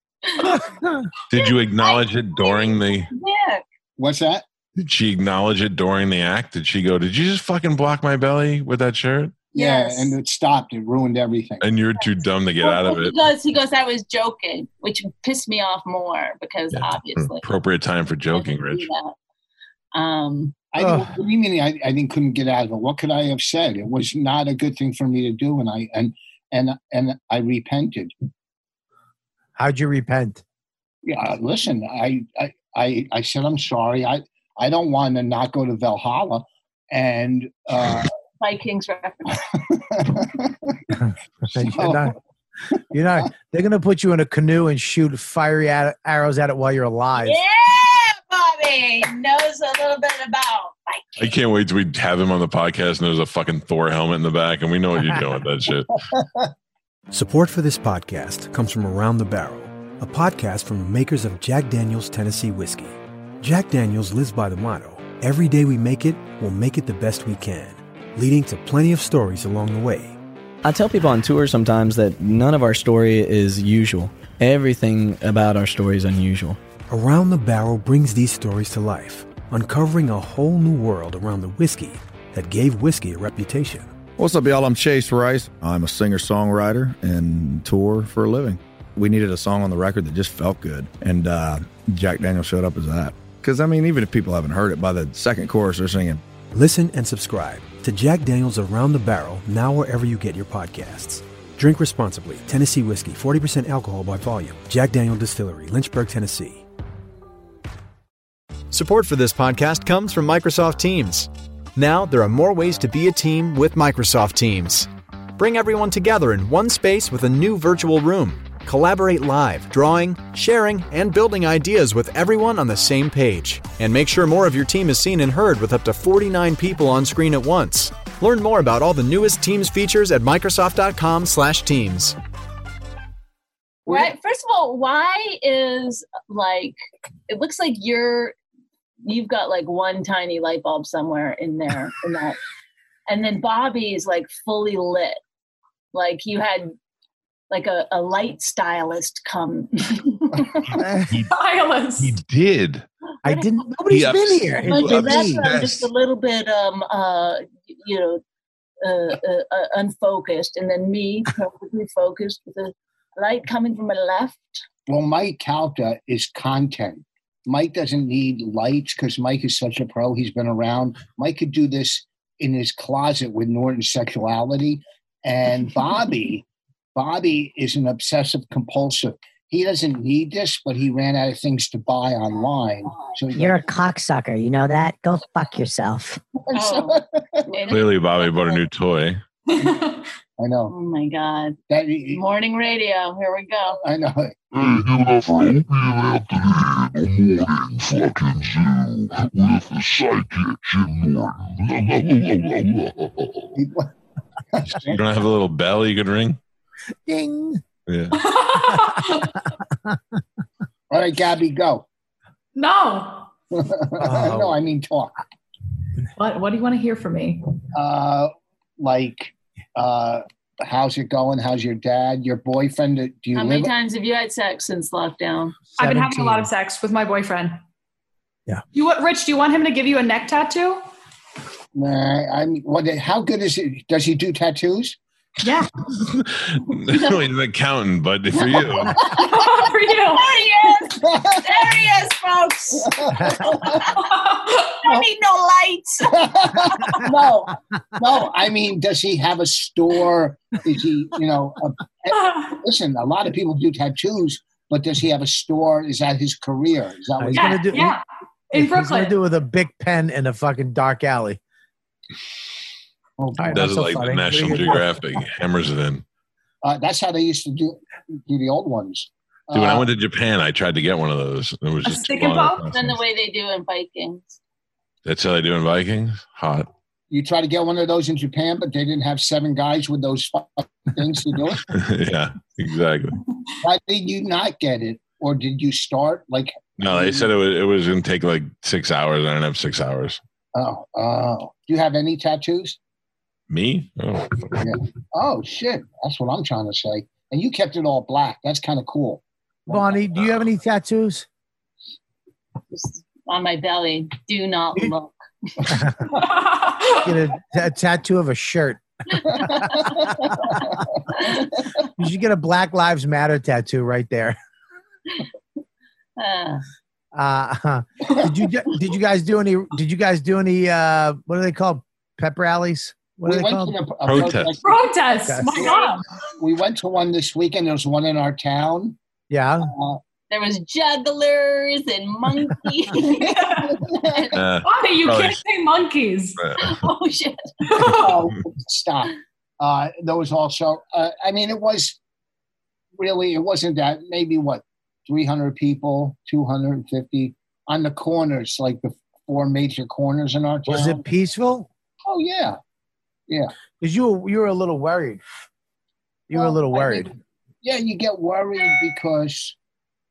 Speaker 6: Did you acknowledge it during the?
Speaker 8: yeah.
Speaker 5: What's that?
Speaker 6: Did she acknowledge it during the act? Did she go? Did you just fucking block my belly with that shirt?
Speaker 8: Yes.
Speaker 5: Yeah, and it stopped. It ruined everything.
Speaker 6: And you're too dumb to get out of
Speaker 8: He
Speaker 6: it.
Speaker 8: goes, he goes, I was joking, which pissed me off more because
Speaker 6: Yeah.
Speaker 8: obviously.
Speaker 6: Appropriate time for
Speaker 8: I
Speaker 6: joking,
Speaker 8: didn't do
Speaker 6: Rich.
Speaker 8: that. Um,
Speaker 5: I
Speaker 1: Ugh.
Speaker 5: what do you mean? I, I didn't couldn't get out of it. What could I have said? It was not a good thing for me to do, and I and and and I repented.
Speaker 1: How'd you repent?
Speaker 5: Yeah, listen, I I I, I said I'm sorry. I I don't want to not go to Valhalla, and uh,
Speaker 8: Vikings reference.
Speaker 1: You're not, you're not- they're gonna put you in a canoe and shoot fiery at, arrows at it while you're alive.
Speaker 8: Yeah, Bobby knows a little bit about
Speaker 6: I
Speaker 8: Vikings.
Speaker 6: can't wait till we have him on the podcast and there's a fucking Thor helmet in the back and we know what you're doing with that shit.
Speaker 10: Support for this podcast comes from Around the Barrel, a podcast from the makers of Jack Daniels Tennessee Whiskey. Jack Daniels lives by the motto every day we make it, we'll make it the best we can, leading to plenty of stories along the way.
Speaker 3: I tell people on tour sometimes that none of our story is usual. Everything about our story is unusual.
Speaker 10: Around the Barrel brings these stories to life, uncovering a whole new world around the whiskey that gave whiskey a reputation.
Speaker 11: What's up, y'all? I'm Chase Rice. I'm a singer songwriter and tour for a living. We needed a song on the record that just felt good, and uh, Jack Daniel showed up as that. Because, I mean, even if people haven't heard it, by the second chorus, they're singing,
Speaker 10: Listen and subscribe to Jack Daniels Around the Barrel now wherever you get your podcasts. Drink responsibly. Tennessee whiskey, 40% alcohol by volume. Jack Daniel Distillery, Lynchburg, Tennessee.
Speaker 12: Support for this podcast comes from Microsoft Teams. Now, there are more ways to be a team with Microsoft Teams. Bring everyone together in one space with a new virtual room. Collaborate live, drawing, sharing, and building ideas with everyone on the same page. And make sure more of your team is seen and heard with up to 49 people on screen at once. Learn more about all the newest Teams features at Microsoft.com/Teams.
Speaker 8: Right? First First of all, why is like it looks like you're you've got like one tiny light bulb somewhere in there in that, and then Bobby's like fully lit, like you had like a, a light stylist come.
Speaker 4: Stylist.
Speaker 6: He did.
Speaker 1: I didn't. Nobody's
Speaker 6: He
Speaker 1: been
Speaker 6: ups-
Speaker 1: here.
Speaker 6: he
Speaker 8: But your background
Speaker 6: obsessed.
Speaker 8: just a little bit um uh you know uh, uh, uh unfocused, and then me perfectly focused with a light coming from my left.
Speaker 5: Well, Mike Calta is content. Mike doesn't need lights because Mike is such a pro. He's been around. Mike could do this in his closet with Norton's sexuality. And Bobby, Bobby is an obsessive compulsive. He doesn't need this, but he ran out of things to buy online. So he
Speaker 13: You're a cocksucker. You know that? Go fuck yourself.
Speaker 8: Oh,
Speaker 6: Clearly, Bobby bought a new toy.
Speaker 5: I know.
Speaker 8: oh my god!
Speaker 5: That,
Speaker 8: Morning radio. Here we go.
Speaker 5: I know.
Speaker 7: Hey, give it up for Opie and Anthony, a morning fucking zoo with the psychic Jim Norton.
Speaker 6: You don't have a little bell you could ring?
Speaker 1: Ding.
Speaker 6: Yeah.
Speaker 5: All right, Gabby, go.
Speaker 4: No.
Speaker 5: no, I mean talk.
Speaker 4: What What do you want to hear from me?
Speaker 5: Uh, like, uh, how's it going? How's your dad? Your boyfriend? Do you
Speaker 8: How
Speaker 5: live?
Speaker 8: many times have you had sex since lockdown?
Speaker 4: I've been having a lot of sex with my boyfriend. Yeah. You want Rich? Do you want him to give you a neck tattoo?
Speaker 5: Nah, I'm. What? How good is it? Does he do tattoos?
Speaker 4: Yeah.
Speaker 6: no, he's an accountant, but for you,
Speaker 4: for you.
Speaker 8: There he is. There he is, folks. Don't need no lights.
Speaker 5: no, no. I mean, does he have a store? Is he, you know, a, listen? A lot of people do tattoos, but does he have a store? Is that his career? Is that
Speaker 1: Uh,
Speaker 5: what
Speaker 1: he's gonna do,
Speaker 4: yeah. In
Speaker 1: he's gonna
Speaker 4: Brooklyn.
Speaker 1: do it with a big pen in a fucking dark alley.
Speaker 5: Oh,
Speaker 1: All right, that's
Speaker 6: does it
Speaker 1: so
Speaker 6: like
Speaker 1: funny.
Speaker 6: the National
Speaker 1: What are you gonna
Speaker 6: Geographic, hammers it in.
Speaker 5: Uh, that's how they used to do do the old ones.
Speaker 6: Dude, when I
Speaker 5: Uh,
Speaker 6: went to Japan, I tried to get one of those. It was
Speaker 4: A
Speaker 6: just
Speaker 4: stick
Speaker 6: too
Speaker 4: and
Speaker 6: long.
Speaker 4: bone?
Speaker 8: Then the way they do in Vikings.
Speaker 6: That's how they do in Vikings. Hot.
Speaker 5: you try to get one of those in Japan, but they didn't have seven guys with those fucking things to do it.
Speaker 6: yeah, exactly.
Speaker 5: Why did you not get it, or did you start like?
Speaker 6: No, they said it was it was gonna take like six hours. I didn't have six hours.
Speaker 5: Oh, oh. Do you have any tattoos?
Speaker 6: Me? Oh.
Speaker 5: Oh shit, that's what I'm trying to say. And you kept it all black. That's kind of cool.
Speaker 1: do? Bonnie, do you have any tattoos?
Speaker 8: Just on my belly. Do not look.
Speaker 1: Get a, a tattoo of a shirt. You should get a Black Lives Matter tattoo right there.
Speaker 8: Uh,
Speaker 1: Uh, did you did you guys do any? Did you guys do any? Uh, what are they called? Pep rallies? What are
Speaker 5: We
Speaker 1: they
Speaker 5: went
Speaker 1: called?
Speaker 5: to the- a
Speaker 6: Protest.
Speaker 4: Protest.
Speaker 1: Yes.
Speaker 4: My God.
Speaker 5: We went to one this weekend. There was one in our town.
Speaker 1: Yeah.
Speaker 5: Uh,
Speaker 8: there was jugglers and monkeys.
Speaker 6: Uh,
Speaker 4: Bobby, you
Speaker 6: Probably.
Speaker 4: can't say monkeys.
Speaker 6: uh,
Speaker 8: oh shit.
Speaker 5: oh, stop. Uh, there was also, uh, I mean, it was really, it wasn't that, maybe what, 300 people, 250 on the corners, like the four major corners in our town.
Speaker 1: Was it peaceful?
Speaker 5: Oh, yeah. Yeah.
Speaker 1: Because you were- you were a little worried. You were a
Speaker 5: Well,
Speaker 1: little
Speaker 5: I
Speaker 1: worried.
Speaker 5: Yeah, you get worried because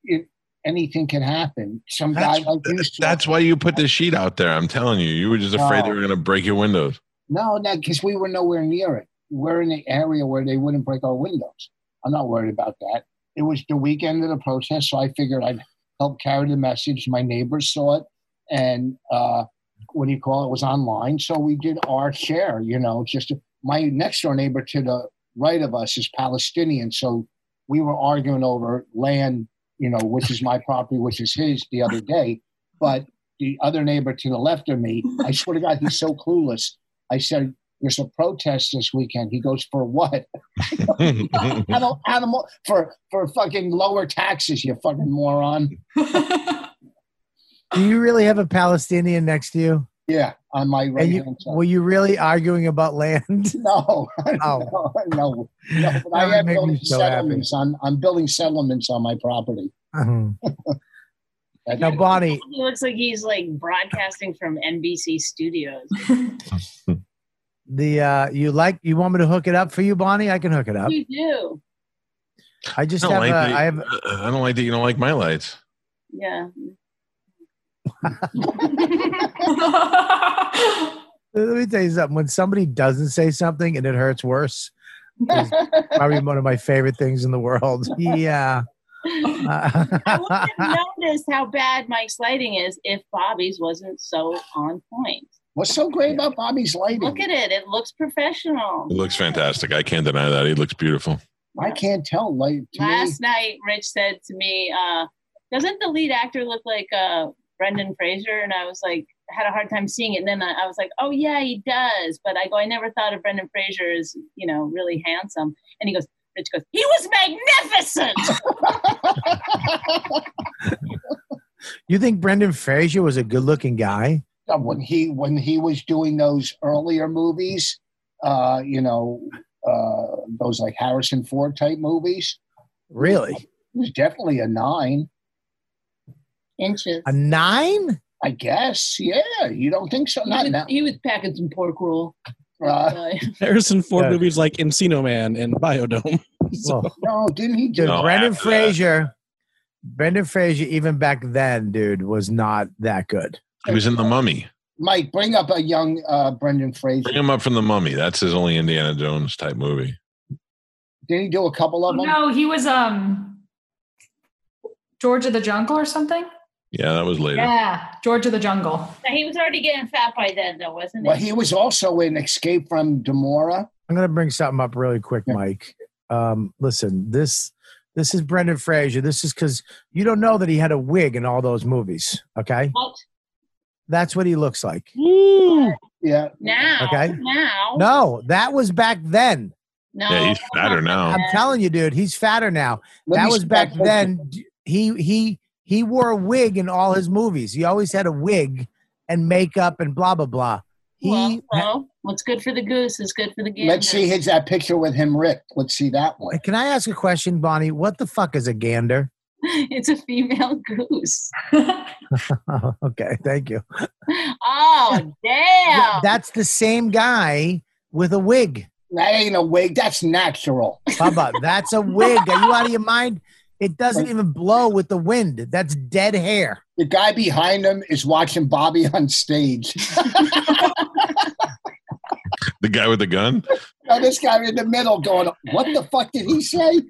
Speaker 5: it, anything can happen. Some
Speaker 6: that's,
Speaker 5: guy like you.
Speaker 6: that's why you put this sheet out there. I'm telling you, you were just afraid they were gonna break your windows.
Speaker 5: No, no, because we were nowhere near it. We're in the area where they wouldn't break our windows. I'm not worried about that. It was the weekend of the protest, so I figured I'd help carry the message. My neighbors saw it, and uh, what do you call it? It was online, so we did our share. You know, just my next door neighbor to the right of us is Palestinian, so we were arguing over land. You know, which is my property, which is his. The other day, but the other neighbor to the left of me, I swear to God, he's so clueless. I said, "There's a protest this weekend." He goes, "For what? Animal, animal for for fucking lower taxes? You fucking moron!"
Speaker 1: Do you really have a Palestinian next to you?
Speaker 5: Yeah, on my right
Speaker 1: And you,
Speaker 5: hand side.
Speaker 1: were you really arguing about land?
Speaker 5: No,
Speaker 1: Oh.
Speaker 5: no, no, no. But
Speaker 1: That
Speaker 5: I
Speaker 1: would
Speaker 5: am
Speaker 1: make me
Speaker 5: building
Speaker 1: so happy.
Speaker 5: settlements on. I'm building settlements on my property.
Speaker 1: Mhm.
Speaker 5: That's
Speaker 1: now,
Speaker 5: it.
Speaker 1: Bonnie,
Speaker 8: He looks like he's like broadcasting from NBC studios.
Speaker 1: the uh, you like you want me to hook it up for you, Bonnie? I can hook it up.
Speaker 8: You do.
Speaker 1: I just
Speaker 6: I
Speaker 1: have
Speaker 6: don't,
Speaker 1: a,
Speaker 6: like that,
Speaker 1: uh, I have
Speaker 6: Uh, I don't like that you don't like my lights.
Speaker 8: Yeah.
Speaker 1: let me tell you something. When somebody doesn't say something and it hurts worse, it's probably one of my favorite things in the world. Yeah.
Speaker 8: I wouldn't have noticed how bad Mike's lighting is if Bobby's wasn't so on point.
Speaker 5: What's so great about Bobby's lighting?
Speaker 8: Look at it. It looks professional.
Speaker 6: It looks fantastic. I can't deny that. He looks beautiful.
Speaker 5: I can't tell. Like to me,
Speaker 8: Last night, Rich said to me, uh, doesn't the lead actor look like uh, Brendan Fraser? And I was like, had a hard time seeing it. And then I, I was like, oh, yeah, he does. But I go, I never thought of Brendan Fraser as, you know, really handsome. And he goes, Rich goes, he was magnificent.
Speaker 1: You think Brendan Fraser was a good looking guy?
Speaker 5: uh, when he when he was doing those earlier movies, uh, you know, uh, those like Harrison Ford type movies.
Speaker 1: Really?
Speaker 5: He was definitely a nine.
Speaker 8: Inches.
Speaker 1: A nine?
Speaker 5: I guess. Yeah. You don't think so? Not
Speaker 14: was-
Speaker 5: now.
Speaker 8: He was packing some pork roll.
Speaker 5: Uh,
Speaker 14: Harrison Ford
Speaker 1: Yeah.
Speaker 14: movies like Encino Man and Biodome. So-
Speaker 1: Well,
Speaker 5: no, didn't he
Speaker 1: dude,
Speaker 14: No,
Speaker 1: Brendan
Speaker 14: after that.
Speaker 1: Fraser, Brendan Fraser, even back then, dude, was not that good.
Speaker 6: He was in The Mummy.
Speaker 5: Mike, bring up a young uh, Brendan Fraser.
Speaker 6: Bring him up from The Mummy. That's his only Indiana Jones type movie.
Speaker 5: Did he do a couple of them?
Speaker 4: Oh, No, he was um George of the Jungle or something.
Speaker 6: Yeah, that was later.
Speaker 4: Yeah, George of the Jungle.
Speaker 8: Now, he was already getting fat by then, though, wasn't he?
Speaker 5: Well, he was also in Escape from Demora.
Speaker 1: I'm gonna bring something up really quick, Mike. Um, listen, this this is Brendan Fraser. This is because you don't know that he had a wig in all those movies. Okay,
Speaker 8: What?
Speaker 1: that's what he looks like.
Speaker 5: Yeah.
Speaker 8: Now.
Speaker 1: Okay.
Speaker 8: Now.
Speaker 1: No, that was back then.
Speaker 8: No.
Speaker 6: Yeah, he's fatter now.
Speaker 1: I'm telling you, dude, he's fatter now.
Speaker 5: Let
Speaker 1: that
Speaker 5: me
Speaker 1: was
Speaker 5: see
Speaker 1: back
Speaker 5: that picture.
Speaker 1: then. D- He he he wore a wig in all his movies. He always had a wig and makeup and blah blah blah. He
Speaker 8: well, well, what's good for the goose is good for the gander.
Speaker 5: Let's see his that picture with him, Rick. Let's see that one.
Speaker 1: can I ask a question, Bonnie? What the fuck is a gander?
Speaker 8: It's a female goose.
Speaker 1: Oh, okay, thank you.
Speaker 8: Oh, damn.
Speaker 1: That's the same guy with a wig.
Speaker 5: That ain't a wig. That's natural.
Speaker 1: Bubba, that's a wig. Are you out of your mind? It doesn't even blow with the wind. That's dead hair.
Speaker 5: The guy behind him is watching Bobby on stage.
Speaker 6: The guy with the gun.
Speaker 5: now this guy in the middle going, "What the fuck did he say?"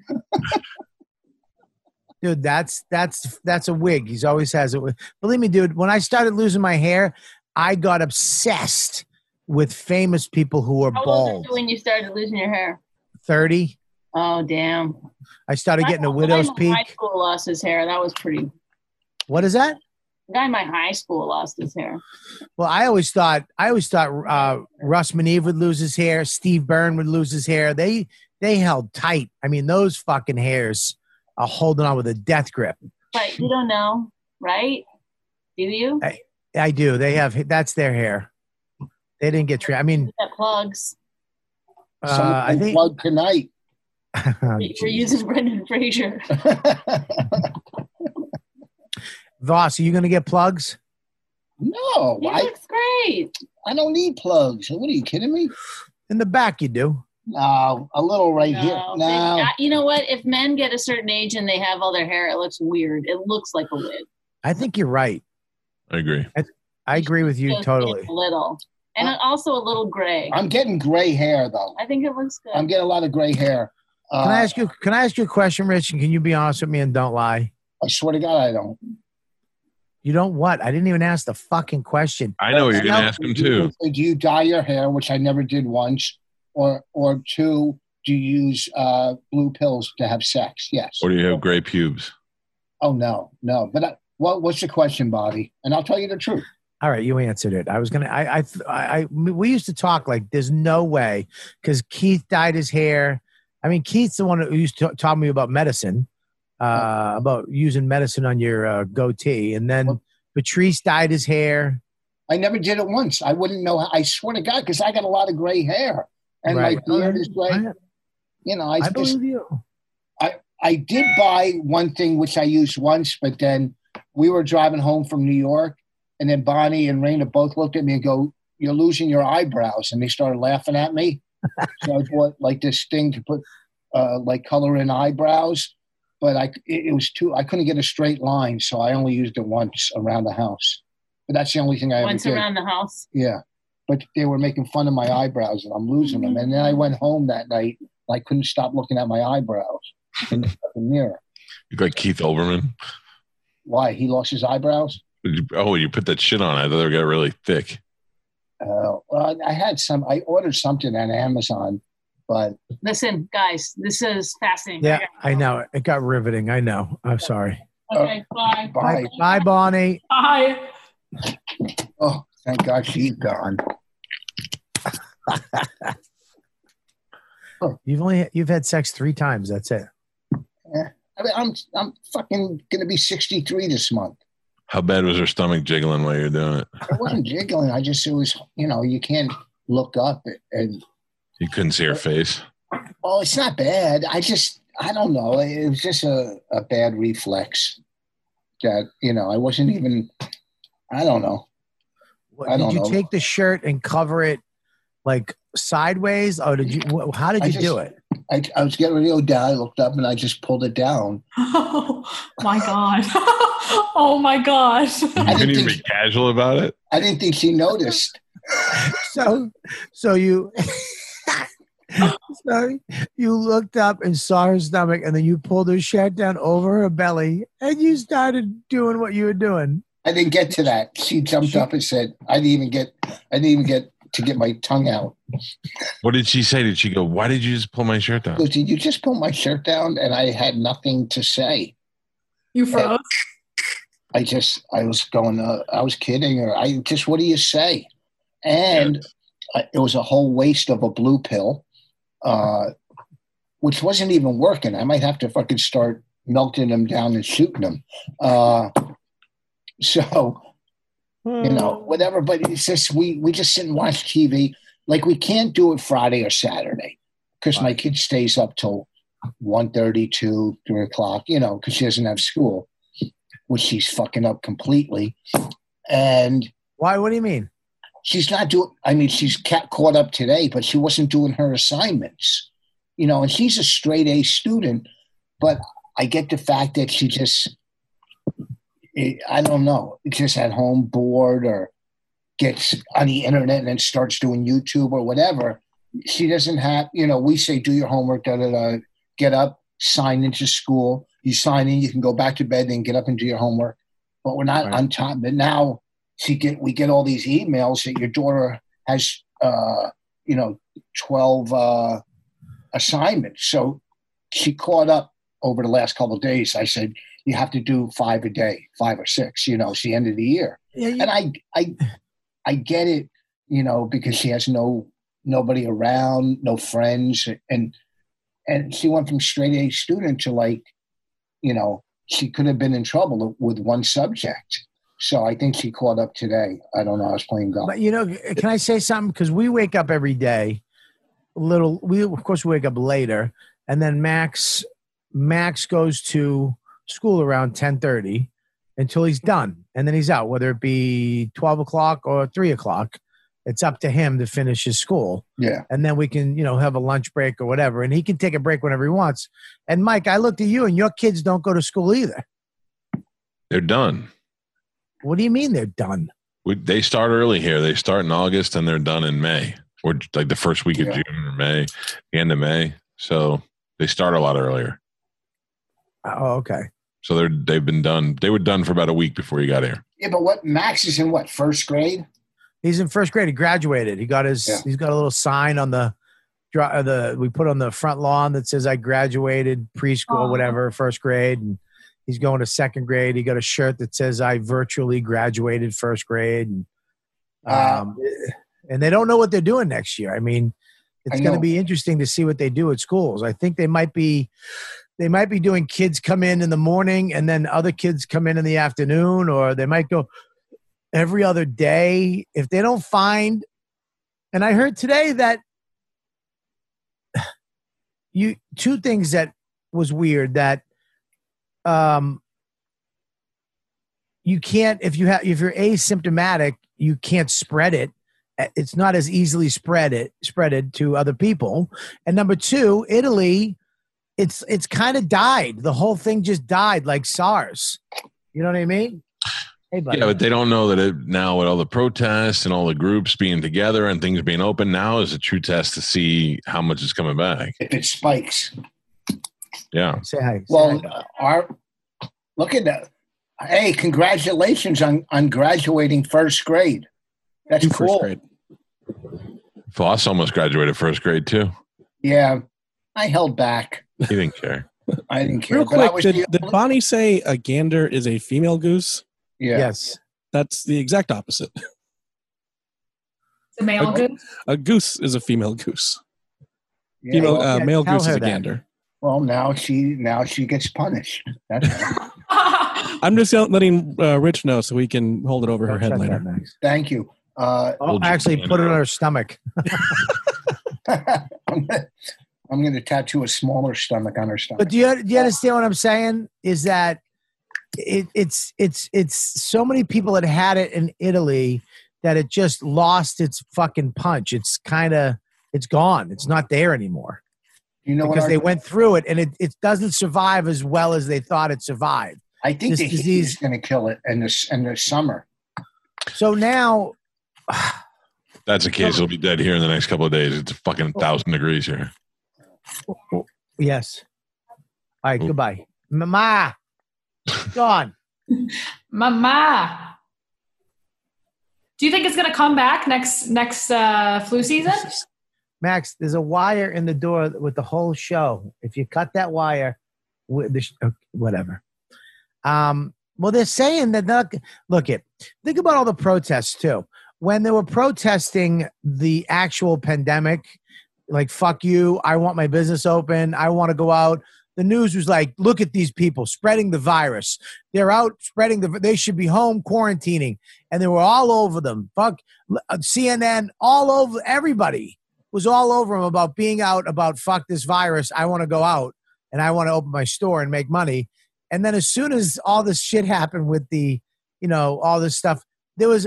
Speaker 1: Dude, that's that's that's a wig. He's always has it. Believe me, dude, when I started losing my hair, I got obsessed with famous people who were
Speaker 8: How old were
Speaker 1: bald.
Speaker 8: you when you started losing your hair?
Speaker 1: 30.
Speaker 8: Oh, damn.
Speaker 1: I started getting a widow's
Speaker 8: guy in my High
Speaker 1: peak.
Speaker 8: school lost his hair. That was pretty.
Speaker 1: What is that?
Speaker 8: The guy in my high school lost his hair.
Speaker 1: Well, I always thought I always thought uh, Russ Maneve would lose his hair, Steve Byrne would lose his hair. They they held tight. I mean, those fucking hairs are holding on with a death grip.
Speaker 8: But you don't know, right? Do you?
Speaker 1: Hey. I do. They have that's their hair. They didn't get treated. I mean,
Speaker 8: That plugs.
Speaker 1: uh, I think
Speaker 5: plug tonight.
Speaker 1: Oh,
Speaker 8: You're using Brendan Fraser.
Speaker 1: Voss, are you gonna get plugs?
Speaker 5: No,
Speaker 8: He
Speaker 5: I,
Speaker 8: looks great.
Speaker 5: I don't need plugs. What are you kidding me?
Speaker 1: In the back, you do.
Speaker 5: No, a little right here.
Speaker 8: No,
Speaker 5: No,
Speaker 8: I- you know what? If men get a certain age and they have all their hair, it looks weird. It looks like a wig.
Speaker 1: I think you're right.
Speaker 6: I agree.
Speaker 1: I agree with you
Speaker 8: Just
Speaker 1: totally.
Speaker 8: A little, and also a little gray.
Speaker 5: I'm getting gray hair though.
Speaker 8: I think it looks good.
Speaker 5: I'm getting a lot of gray hair. Uh,
Speaker 1: Can I ask you? Can I ask you a question, Rich? And can you be honest with me and don't lie?
Speaker 5: Uh, I swear to God, I don't.
Speaker 1: You don't what? I didn't even ask the fucking question.
Speaker 6: I know what you're going
Speaker 1: No.
Speaker 6: to ask him too.
Speaker 5: Do you dye your hair, which I never did once, or or two? Do you use uh, blue pills to have sex? Yes.
Speaker 6: Or do you have gray pubes?
Speaker 5: Oh no, no. But I, what what's the question, Bobby? And I'll tell you the truth.
Speaker 1: All right, you answered it. I was gonna. I. I. I. I we used to talk like there's no way because Keith dyed his hair. I mean, Keith's the one who used to taught me about medicine, uh, about using medicine on your uh, goatee, and then Patrice dyed his hair.
Speaker 5: I never did it once. I wouldn't know. How, I swear to God, because I got a lot of gray hair and
Speaker 1: Right.
Speaker 5: my beard is gray. You know, I,
Speaker 1: I
Speaker 5: just
Speaker 1: believe you.
Speaker 5: I did buy one thing which I used once, but then we were driving home from New York, and then Bonnie and Raina both looked at me and go, "You're losing your eyebrows," and they started laughing at me. so I bought like this thing to put uh, like color in eyebrows, but I it, it was too I couldn't get a straight line, so I only used it once around the house. But that's the only thing I
Speaker 8: Once
Speaker 5: ever did.
Speaker 8: around the house.
Speaker 5: Yeah. But they were making fun of my eyebrows and I'm losing them. And then I went home that night and I couldn't stop looking at my eyebrows in the fucking mirror.
Speaker 6: Look like Keith Olbermann.
Speaker 5: Why? He lost his eyebrows?
Speaker 6: Oh, you put that shit on. I thought they got really thick.
Speaker 5: Uh, well, I had some, I ordered something on Amazon, but
Speaker 8: Listen, guys, this is fascinating.
Speaker 1: Yeah, I know. It got riveting. I know. I'm sorry.
Speaker 8: Okay, bye.
Speaker 1: Bye, bye, Bonnie.
Speaker 8: Bye.
Speaker 5: oh, thank God she's gone.
Speaker 1: You've only you've had sex three times. That's it.
Speaker 5: eh, I mean, I'm, I'm fucking going to be 63 this month.
Speaker 6: How bad was her stomach jiggling while you're doing it?
Speaker 5: I wasn't jiggling. I just, it was, you know, you can't look up and
Speaker 6: You couldn't see her face.
Speaker 5: Oh, it's not bad. I just, I don't know. It was just a, a bad reflex that, you know, I wasn't even, I don't know.
Speaker 1: What,
Speaker 5: I
Speaker 1: did
Speaker 5: don't
Speaker 1: you
Speaker 5: know.
Speaker 1: take the shirt and cover it like sideways? Oh, did you? wh- How did
Speaker 5: I
Speaker 1: you
Speaker 5: just-
Speaker 1: do it?
Speaker 5: I, I was getting ready to go down. I looked up and I just pulled it down.
Speaker 4: Oh my God. oh my gosh.
Speaker 6: You couldn't even be casual about it.
Speaker 5: I didn't think she noticed.
Speaker 1: So, so you, so you looked up and saw her stomach, and then you pulled her shirt down over her belly, and you started doing what you were doing.
Speaker 5: I didn't get to that. She jumped up and said, I didn't even get, I didn't even get to get my tongue out.
Speaker 6: What did she say? Did she go, Why did you just pull my shirt
Speaker 5: I
Speaker 6: down?
Speaker 5: goes, Did you just pull my shirt down? And I had nothing to say.
Speaker 4: You froze?
Speaker 5: I just, I was going, uh, I was kidding her. I just, what do you say? And uh, it was a whole waste of a blue pill, uh, which wasn't even working. I might have to fucking start melting them down and shooting them. Uh, so, you know, whatever. But it's just, we, we just sit and watch TV. Like, we can't do it Friday or Saturday because my kid stays up till 1.30, 2, 3 o'clock, you know, because she doesn't have school, which she's fucking up completely. And
Speaker 1: why? What do you mean?
Speaker 5: She's not doing. I mean, she's ca- caught up today, but she wasn't doing her assignments, you know. And she's a straight A student, but I get the fact that she just, I- I don't know, just at home bored or gets on the internet and then starts doing YouTube or whatever. She doesn't have, you know, we say do your homework, da da da, get up, sign into school. You sign in, you can go back to bed, then get up and do your homework. But we're not on time. But now she get we get all these emails that your daughter has uh, you know, twelve uh assignments. So she caught up over the last couple of days. I said, you have to do five a day, five or six, you know, it's the end of the year. and I, I, I get it, you know, because she has no, nobody around, no friends. And, and she went from straight A student to like, you know, she could have been in trouble with one subject. So I think she caught up today. I don't know. I was playing golf.
Speaker 1: But you know, can I say something? Because we wake up every day. Little, we of course we wake up later, and then Max, Max goes to school around ten thirty until he's done, and then he's out. Whether it be twelve o'clock or three o'clock, it's up to him to finish his school.
Speaker 5: Yeah.
Speaker 1: and then we can you know have a lunch break or whatever, and he can take a break whenever he wants. And Mike, I looked at you, and your kids don't go to school either.
Speaker 6: They're done.
Speaker 1: What do you mean they're done?
Speaker 6: We, they start early here. They start in August and they're done in May or j- like the first week of June or May, the end of May. So they start a lot earlier.
Speaker 1: Oh, okay.
Speaker 6: So they're, they've been done. They were done for about a week before you got here.
Speaker 5: Yeah, but what Max is in what first grade?
Speaker 1: He's in first grade. He graduated. He got his. He's got a little sign on the, dri- uh, the we put on the front lawn that says "I graduated preschool, whatever, first grade." And he's going to second grade. He got a shirt that says "I virtually graduated first grade." And, um, and they don't know what they're doing next year. I mean, it's
Speaker 5: I
Speaker 1: going to
Speaker 5: know.
Speaker 1: be interesting to see what they do at schools. I think they might be. They might be doing kids come in in the morning and then other kids come in in the afternoon, or they might go every other day if they don't find and i heard today that you two things that was weird that um you can't if you have if you're asymptomatic you can't spread it Uh, it's not as easily spread it spreaded to other people and number two italy it's it's kind of died. The whole thing just died like SARS. You know what I mean? Hey, buddy.
Speaker 6: Yeah, but they don't know that it, now with all the protests and all the groups being together and things being open, now is a true test to see how much is coming back.
Speaker 5: If it spikes.
Speaker 6: Yeah.
Speaker 1: Say hi.
Speaker 5: Well, uh, our look at that. Hey, congratulations on on graduating first grade. That's cool.
Speaker 6: Voss almost graduated first grade too.
Speaker 5: Yeah, I held back.
Speaker 6: He didn't care.
Speaker 5: I didn't care.
Speaker 14: Real
Speaker 5: but I
Speaker 14: quick,
Speaker 5: was
Speaker 14: did,
Speaker 5: the
Speaker 14: did
Speaker 5: only-
Speaker 14: Bonnie say a gander is a female goose?
Speaker 5: Yeah.
Speaker 1: Yes.
Speaker 14: That's the exact opposite.
Speaker 4: The male
Speaker 14: Okay.
Speaker 4: goose.
Speaker 14: A goose is a female goose.
Speaker 5: Yeah,
Speaker 14: female,
Speaker 5: well,
Speaker 14: uh,
Speaker 5: yeah,
Speaker 14: male
Speaker 5: Oh, tell
Speaker 14: goose is
Speaker 5: her
Speaker 14: a
Speaker 5: that.
Speaker 14: gander.
Speaker 5: Well, now she now she gets punished. That's,
Speaker 14: I'm just letting uh, Rich know so we can hold it over her head
Speaker 1: check
Speaker 14: later.
Speaker 5: thank you. Uh,
Speaker 1: Oh, actually, put it on her stomach.
Speaker 5: I'm gonna, I'm gonna tattoo a smaller stomach on her stomach.
Speaker 1: But do you do you understand what I'm saying? Is that it, it's it's it's so many people had had it in Italy that it just lost its fucking punch. It's kind of it's gone. It's not there anymore.
Speaker 5: You know what
Speaker 1: because
Speaker 5: our-
Speaker 1: they went through it and it, it doesn't survive as well as they thought it survived.
Speaker 5: I think
Speaker 1: this
Speaker 5: the heat
Speaker 1: disease-
Speaker 5: is gonna kill it, and this and the summer.
Speaker 1: So now
Speaker 6: That's the
Speaker 1: Oh.
Speaker 6: case. He'll be dead here in the next couple of days. It's fucking thousand degrees here.
Speaker 1: yes. All right, goodbye. Mama. Gone.
Speaker 4: Mama. Do you think it's gonna come back next next uh, flu season?
Speaker 1: Max, there's a wire in the door with the whole show. If you cut that wire, wi- the sh- okay, whatever. Um, well, they're saying that. Not, look it. Think about all the protests too. When they were protesting the actual pandemic, like "fuck you," I want my business open. I want to go out. The news was like, "Look at these people spreading the virus. They're out spreading the. They should be home quarantining." And they were all over them. Fuck uh, CNN, all over everybody was all over him about being out about fuck this virus. I want to go out and I want to open my store and make money. And then as soon as all this shit happened with the, you know, all this stuff, there was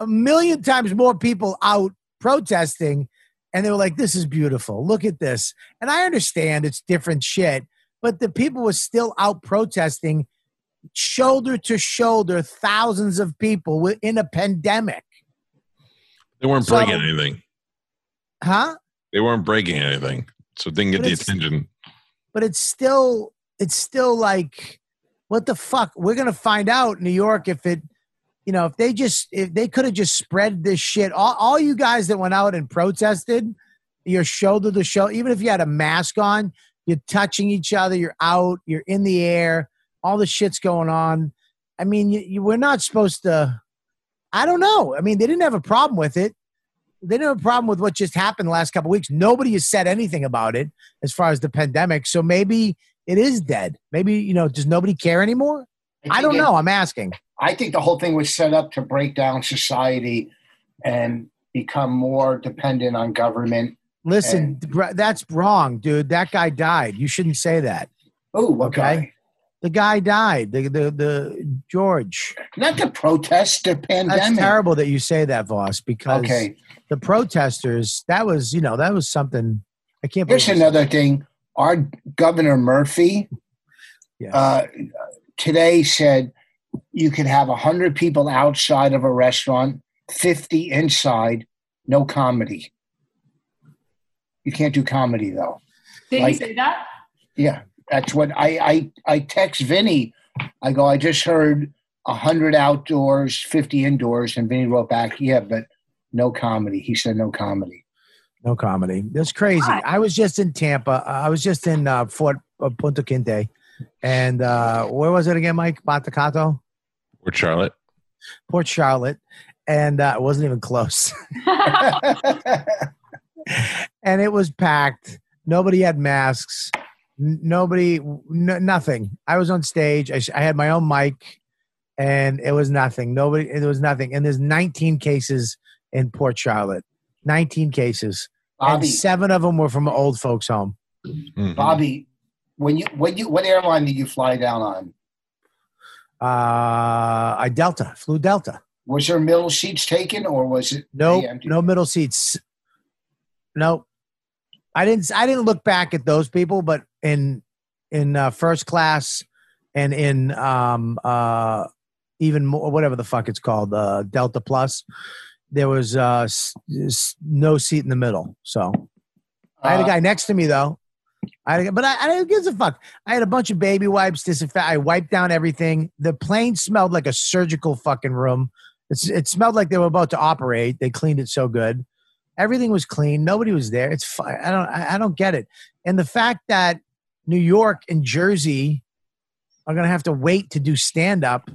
Speaker 1: a million times more people out protesting and they were like this is beautiful. Look at this. And I understand it's different shit, but the people were still out protesting shoulder to shoulder thousands of people were in a pandemic.
Speaker 6: They weren't
Speaker 1: So-
Speaker 6: breaking anything.
Speaker 1: Huh?
Speaker 6: They weren't breaking anything. So it didn't get
Speaker 1: But
Speaker 6: the
Speaker 1: it's-
Speaker 6: attention.
Speaker 1: but it's still it's still like what the fuck we're gonna find out in new york if it you know if they just if they could have just spread this shit all, all you guys that went out and protested your shoulder to shoulder even if you had a mask on you're touching each other you're out you're in the air all the shit's going on i mean you, you, we're not supposed to i don't know i mean they didn't have a problem with it they didn't have a problem with what just happened the last couple of weeks. Nobody has said anything about it as far as the pandemic. So maybe it is dead. Maybe, you know, does nobody care anymore?
Speaker 5: I
Speaker 1: I don't
Speaker 5: think it-
Speaker 1: know. I'm asking.
Speaker 5: I think the whole thing was set up to break down society and become more dependent on government.
Speaker 1: Listen, br- that's wrong, dude. That guy died. You shouldn't say that.
Speaker 5: Oh, okay.
Speaker 1: The guy died. The the the George.
Speaker 5: Not the protest, the pandemic.
Speaker 1: That's terrible that you say that, Voss, because
Speaker 5: Okay.
Speaker 1: the protesters, that was, you know, that was something I can't believe.
Speaker 5: Here's another thing. Our Governor Murphy uh, today said you could have 100 people outside of a restaurant, 50 inside, no comedy. You can't do comedy, though.
Speaker 4: Did
Speaker 5: Like-
Speaker 4: he say that?
Speaker 5: Yeah, that's what I I, I text Vinny. I go, I just heard hundred outdoors, fifty indoors, and Vinny wrote back, yeah, but no comedy. He said no comedy.
Speaker 1: No comedy. That's crazy. I was just in Tampa. I was just in uh, Fort uh, Punta Quinte, and uh, where was it again, Mike? Pontecato,
Speaker 6: Or Charlotte.
Speaker 1: Port Charlotte, and uh, it wasn't even close. and it was packed. Nobody had masks. N- nobody, n- nothing. I was on stage. I, sh- I had my own mic, and it was nothing. Nobody. It was nothing. And there's 19 cases in Port Charlotte. 19 cases,
Speaker 5: Bobby.
Speaker 1: and seven of them were from old folks' home.
Speaker 5: Mm-hmm. Bobby, when you when you what airline did you fly down on?
Speaker 1: Uh, I Delta flew Delta.
Speaker 5: Was there middle seats taken or was it
Speaker 1: No,
Speaker 5: they empty?
Speaker 1: no middle seats. No, I didn't. I didn't look back at those people, but in in uh, first class and in um uh even more whatever the fuck it's called uh Delta Plus. There was uh s- s- no seat in the middle, so I had a
Speaker 5: Uh,
Speaker 1: guy next to me though. I had a, but I, I don't give a fuck. I had a bunch of baby wipes, disinfect. I wiped down everything. The plane smelled like a surgical fucking room. It's, it smelled like they were about to operate. They cleaned it so good. Everything was clean. Nobody was there. It's fine. I don't. I, I don't get it. And the fact that New York and Jersey are gonna have to wait to do stand up.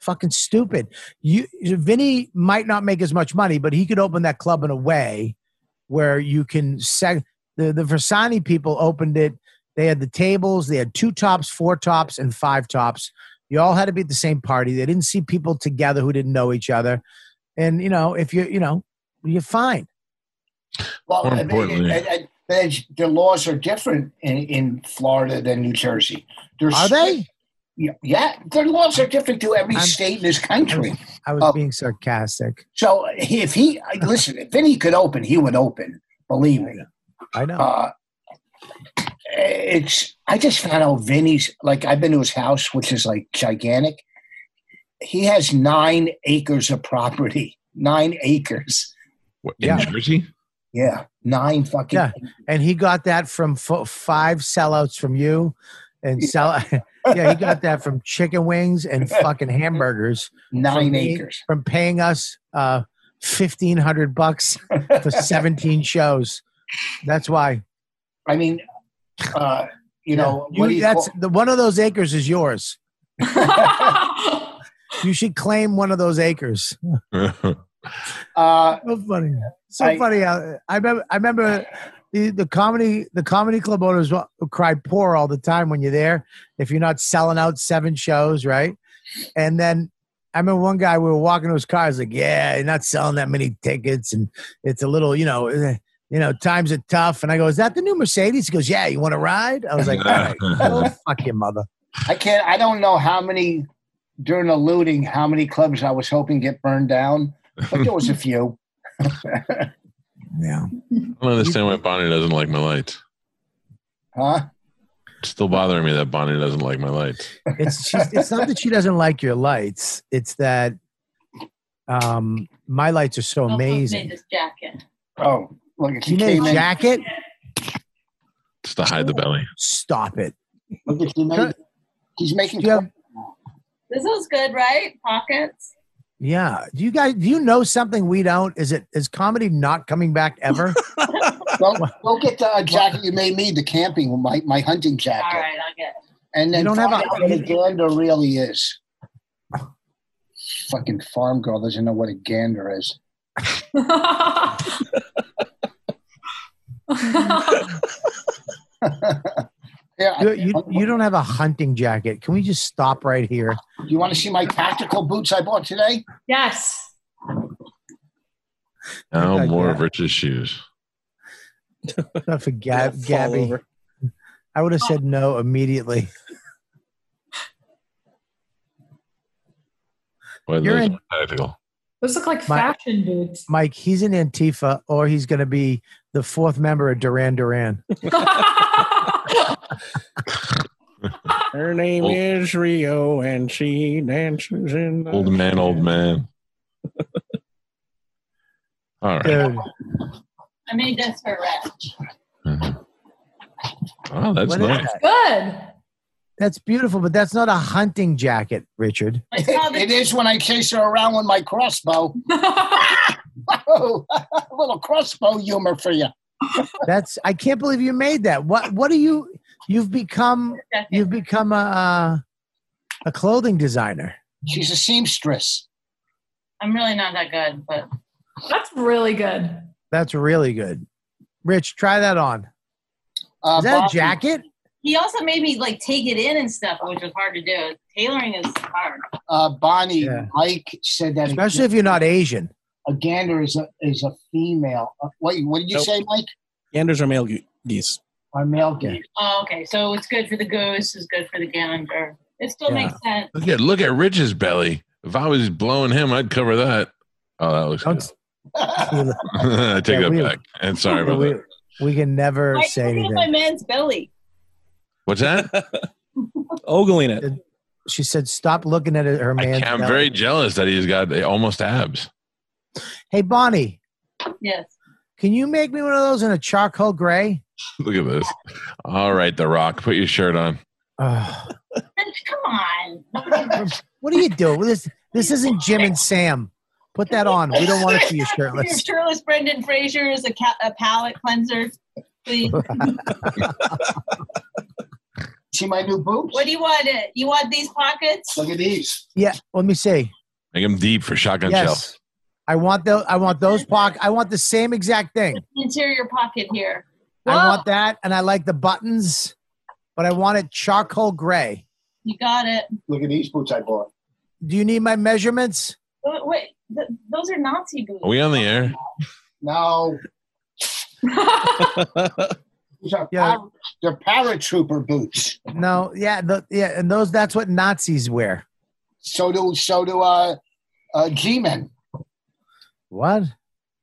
Speaker 1: Fucking stupid. You, Vinny might not make as much money, but he could open that club in a way where you can seg- the the Versani people opened it. They had the tables. They had two tops, four tops, and five tops. You all had to be at the same party. They didn't see people together who didn't know each other. And you know, if you you know, you're fine.
Speaker 5: Well,
Speaker 1: More
Speaker 5: I mean,
Speaker 1: importantly-
Speaker 5: I- I- they- the laws are different in, in Florida than New Jersey. There's, are
Speaker 1: they?
Speaker 5: Yeah, their laws are different to every state in this country.
Speaker 1: I was being sarcastic.
Speaker 5: So if he I- listen, if Vinny could open, he would open. Believe me.
Speaker 1: I know.
Speaker 5: Uh, it's. I just found out Vinny's like I've been to his house, which is like gigantic. He has nine acres of property. Nine acres.
Speaker 6: What,
Speaker 1: in Yeah.
Speaker 6: Jersey?
Speaker 5: Yeah, nine fucking.
Speaker 1: Yeah, and he got that from fo- five sellouts from you, and sell. yeah, he got that from chicken wings and fucking hamburgers.
Speaker 5: Nine
Speaker 1: from me-
Speaker 5: acres.
Speaker 1: from paying us uh, fifteen hundred bucks for seventeen shows. That's why.
Speaker 5: I mean, uh, you know, what do you
Speaker 1: that's
Speaker 5: call-
Speaker 1: the, one of those acres is yours. you should claim one of those acres.
Speaker 5: Uh,
Speaker 1: so funny. So
Speaker 5: I-
Speaker 1: funny. I, I remember. I remember the, the comedy the comedy club owners wa- cry poor all the time when you're there if you're not selling out seven shows, right? And then I remember one guy we were walking to his car. He's like, "Yeah, you're not selling that many tickets, and it's a little, you know." eh, You know, times are tough. And I go, Is that the new Mercedes? He goes, Yeah, you want to ride? I was like, All right, Well, fuck your mother.
Speaker 5: I can't. I don't know how many during the looting, how many clubs I was hoping get burned down, but there was a few.
Speaker 1: yeah.
Speaker 6: I don't understand why Bonnie doesn't like my lights.
Speaker 5: Huh?
Speaker 6: It's still bothering me that Bonnie doesn't like my lights.
Speaker 1: It's she's, it's not that she doesn't like your lights. It's that um my lights are so
Speaker 8: Made
Speaker 1: amazing.
Speaker 8: this jacket.
Speaker 5: Oh, look, at
Speaker 1: You made a jacket?
Speaker 6: It's to hide the belly.
Speaker 1: Stop it.
Speaker 5: Look at you, mate. He's making.
Speaker 8: This was good, right? Pockets.
Speaker 1: Yeah. Do you guys do you know something we don't? Is it is comedy not coming back ever?
Speaker 5: Don't, don't get the uh, jacket you made me, the camping, one, my, my hunting jacket.
Speaker 8: All right, I'll get. it.
Speaker 5: And then
Speaker 1: You don't have
Speaker 5: find
Speaker 1: a-
Speaker 5: out what a gander really is. Fucking farm girl doesn't know what a gander is. Yeah,
Speaker 1: you, you, you don't have a hunting jacket. Can we just stop right here?
Speaker 5: You want to see my tactical boots I bought today?
Speaker 4: Yes.
Speaker 6: Now more of Rich's shoes.
Speaker 1: Not for Gab,
Speaker 6: They'll fall
Speaker 1: Gabby.
Speaker 6: over.
Speaker 1: I would have said no immediately.
Speaker 6: Well,
Speaker 1: You're
Speaker 6: those
Speaker 1: in-
Speaker 6: are tactical.
Speaker 4: Those look like
Speaker 1: My-
Speaker 4: fashion boots.
Speaker 1: Mike, he's in Antifa or he's going to be the fourth member of Duran Duran.
Speaker 14: Her name
Speaker 6: Old-
Speaker 14: is Rio, and she dances in. the-
Speaker 6: Old man, old man. All right.
Speaker 1: Dude,
Speaker 8: I made this for Rich.
Speaker 6: Oh, that's
Speaker 1: What is
Speaker 6: nice.
Speaker 1: that?
Speaker 4: Good.
Speaker 1: That's beautiful, but that's not a hunting jacket, Richard.
Speaker 5: it is when I chase her around with my crossbow. Whoa, a little crossbow humor for you.
Speaker 1: That's I can't believe you made that. What what are you you've become
Speaker 8: Jacket.
Speaker 1: you've become a a clothing designer.
Speaker 5: She's a seamstress.
Speaker 8: I'm really not that good, but
Speaker 4: That's really good.
Speaker 1: That's really good. Rich, try that on.
Speaker 5: Uh,
Speaker 1: Is that a
Speaker 5: Bobby,
Speaker 1: jacket?
Speaker 8: he also made me like take it in and stuff, which was hard to do. Tailoring is hard.
Speaker 5: Uh, Bonnie,
Speaker 1: Yeah.
Speaker 5: Mike said that
Speaker 1: Especially if you're not Asian.
Speaker 5: a gander is a is a female. Uh, wait, what did you
Speaker 14: Nope.
Speaker 5: say, Mike?
Speaker 14: Yanders are male ge- geese.
Speaker 5: Our male gander.
Speaker 8: Oh, okay. So it's good for the goose. It's good for the gander. It still
Speaker 1: Yeah.
Speaker 8: makes sense.
Speaker 6: Look at look at Rich's belly. If I was blowing him, I'd cover that. Oh, that looks
Speaker 1: Don't-
Speaker 6: good. I take
Speaker 1: Yeah,
Speaker 6: that
Speaker 1: we-
Speaker 6: back. And sorry about
Speaker 1: we,
Speaker 6: that.
Speaker 1: We can never
Speaker 8: Why
Speaker 1: say
Speaker 8: you looking at my
Speaker 1: anything.
Speaker 8: man's belly?
Speaker 6: What's that?
Speaker 14: Ogling it.
Speaker 1: She said, "Stop looking at her man."
Speaker 6: I'm very jealous that he's got almost abs.
Speaker 1: Hey, Bonnie,
Speaker 8: Yes.
Speaker 1: can you make me one of those in a charcoal gray?
Speaker 6: Look at this. All right, The Rock, put your shirt on.
Speaker 1: Ugh.
Speaker 8: Bitch, Come on.
Speaker 1: what are you doing? This this isn't Jim and Sam. Put that on. We don't want to see you
Speaker 8: Your
Speaker 1: shirtless.
Speaker 8: shirtless Brendan Fraser is a, ca- a palate cleanser. Please.
Speaker 5: See my new boobs?
Speaker 8: What do you want? It? You want these pockets?
Speaker 5: Look at these.
Speaker 1: Yeah, let me see.
Speaker 6: Make him deep for shotgun
Speaker 1: Yes.
Speaker 6: shelf.
Speaker 1: I want the I want those pock. I want the same exact thing.
Speaker 8: Interior pocket here.
Speaker 1: I want that, and I like the buttons, but I want it charcoal gray.
Speaker 8: You got it.
Speaker 5: Look at these boots I bought.
Speaker 1: Do you need my measurements?
Speaker 8: Wait, wait th- those are Nazi boots.
Speaker 6: Are we on the air?
Speaker 5: No. These are
Speaker 1: Yeah.
Speaker 5: par- they're paratrooper boots.
Speaker 1: No, yeah, the, yeah, and those that's what Nazis wear.
Speaker 5: So do so do uh, uh, G-men.
Speaker 1: What?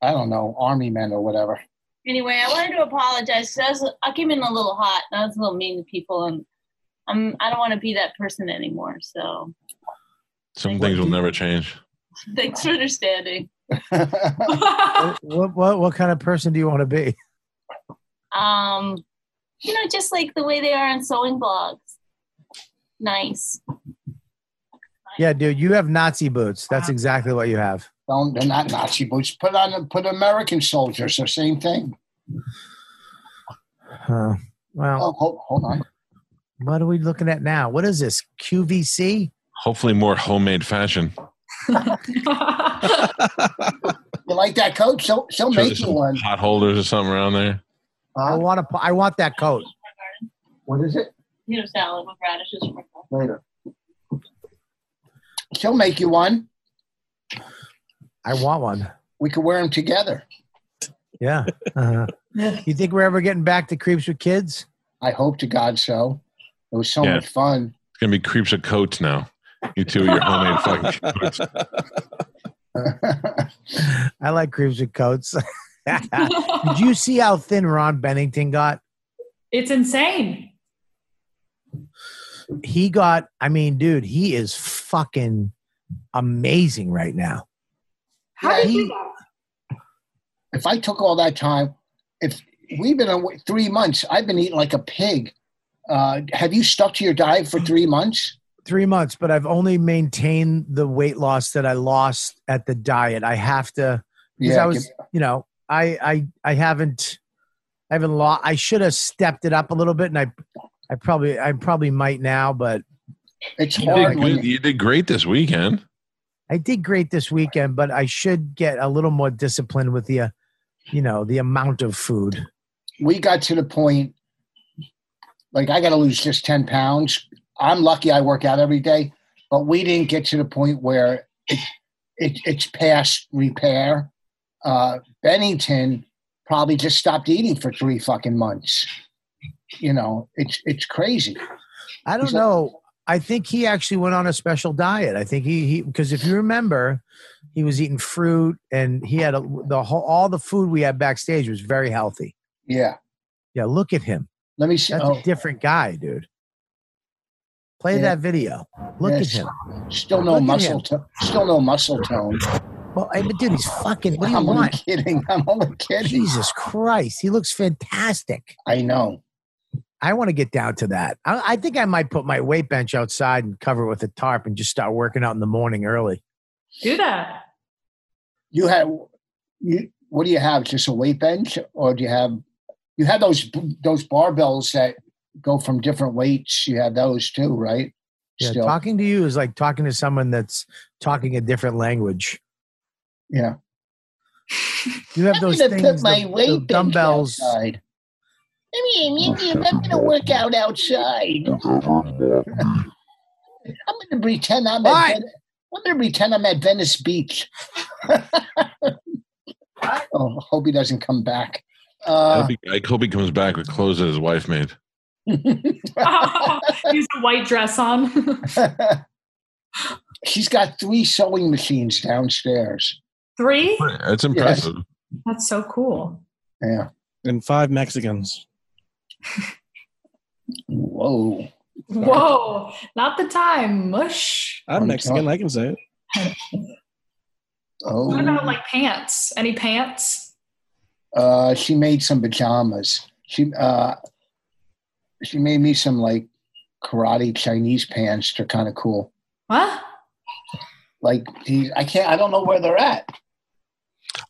Speaker 5: I don't know, army men or whatever.
Speaker 8: Anyway, I wanted to apologize. 'cause I, was, I came in a little hot. And I was a little mean to people, and I'm I don't want to be that person anymore. So
Speaker 6: Some things will never change.
Speaker 8: thanks for understanding.
Speaker 1: what, what what what kind of person do you want to be?
Speaker 8: Um, you know, just like the way they are on sewing blogs. Nice.
Speaker 1: Yeah, dude, you have Nazi boots. That's exactly what you have.
Speaker 5: Don't they're not Nazi boots. Put on put American soldiers. The same thing.
Speaker 1: Huh. Well,
Speaker 5: Oh, hold, hold on.
Speaker 1: what are we looking at now? What is this? QVC?
Speaker 6: Hopefully, more homemade fashion.
Speaker 5: You like that coat? So so
Speaker 6: Sure,
Speaker 5: make
Speaker 6: there's
Speaker 5: you
Speaker 6: some
Speaker 5: one.
Speaker 6: hot holders or something around there.
Speaker 1: I want to. I want that coat.
Speaker 5: What is it?
Speaker 8: You know, salad with radishes.
Speaker 5: Later. She'll make you one.
Speaker 1: I want one.
Speaker 5: We could wear them together.
Speaker 1: Yeah. Uh-huh. you think we're ever getting back to creeps with kids?
Speaker 5: I hope to God so. It was so
Speaker 6: Yeah.
Speaker 5: much fun.
Speaker 6: It's gonna be creeps of coats now. You two, your homemade fucking coats.
Speaker 1: I like creeps with coats. Did you see how thin Ron Bennington got?
Speaker 4: It's insane.
Speaker 1: He got. I mean, dude, he is fucking amazing right now.
Speaker 4: How
Speaker 5: Yeah,
Speaker 4: did you
Speaker 5: he-
Speaker 4: do that?
Speaker 5: If I took all that time, if we've been away three months, I've been eating like a pig. Uh, have you stuck to your diet for three months?
Speaker 1: three months, but I've only maintained the weight loss that I lost at the diet. I have to because
Speaker 5: Yeah,
Speaker 1: I was,
Speaker 5: give-
Speaker 1: you know, I I I haven't I haven't lost. I should have stepped it up a little bit, and I I probably I probably might now, but
Speaker 5: It's
Speaker 6: You did,
Speaker 5: hard.
Speaker 6: good.
Speaker 5: When,
Speaker 6: you did great this weekend.
Speaker 1: I did great this weekend. But I should get a little more disciplined with the, uh, you know, the amount of food.
Speaker 5: we got to the point, like I got to lose just ten pounds. I'm lucky I work out every day, but we didn't get to the point where it, it, it's past repair. Uh, Bennington probably just stopped eating for three fucking months. You know, it's it's crazy.
Speaker 1: I don't
Speaker 5: Is that-
Speaker 1: know. I think he actually went on a special diet. I think he he because if you remember, he was eating fruit and he had a, the whole all the food we had backstage was very healthy.
Speaker 5: Yeah.
Speaker 1: Yeah, look at him.
Speaker 5: Let me see.
Speaker 1: That's
Speaker 5: Oh,
Speaker 1: a different guy, dude. Play
Speaker 5: Yeah.
Speaker 1: that video. Look
Speaker 5: Yes.
Speaker 1: at him.
Speaker 5: still no
Speaker 1: Look at
Speaker 5: muscle.
Speaker 1: him.
Speaker 5: To, still no muscle tone.
Speaker 1: Well, I, but dude, he's fucking. What do you
Speaker 5: I'm only
Speaker 1: want?
Speaker 5: kidding. I'm only kidding.
Speaker 1: Jesus Christ, he looks fantastic.
Speaker 5: I know.
Speaker 1: I want to get down to that. I, I think I might put my weight bench outside and cover it with a tarp and just start working out in the morning early.
Speaker 4: Do that.
Speaker 5: You have. You, what do you have? Just a weight bench, or do you have? You have those those barbells that go from different weights. You have those too, right?
Speaker 1: Yeah,
Speaker 5: Still.
Speaker 1: talking to you is like talking to someone that's talking a different language.
Speaker 5: yeah.
Speaker 1: You have
Speaker 5: I'm
Speaker 1: those
Speaker 5: gonna
Speaker 1: things,
Speaker 5: put my
Speaker 1: the- the
Speaker 5: weight bench
Speaker 1: dumbbells. uh,
Speaker 5: outside. I mean, Indy, I'm not gonna work out outside. I'm gonna pretend I'm
Speaker 1: Why?
Speaker 5: at Ven- I'm gonna pretend I'm at Venice Beach. oh, hope he doesn't come back. Uh,
Speaker 6: I hope he- I hope he comes back with clothes that his wife made.
Speaker 4: Use a white dress on.
Speaker 5: Uh, she's got three sewing machines downstairs.
Speaker 4: Three?
Speaker 6: That's impressive.
Speaker 4: That's so cool.
Speaker 5: Yeah.
Speaker 14: and five Mexicans.
Speaker 5: Whoa.
Speaker 4: Whoa, not the time. Mush.
Speaker 14: I'm Mexican. I can say it.
Speaker 5: Oh,
Speaker 4: What about like pants? Any pants?
Speaker 5: uh, she made some pajamas. She uh, she made me some like karate Chinese pants. They're kind of cool.
Speaker 4: What?
Speaker 5: Like these, I can't. I don't know where they're at.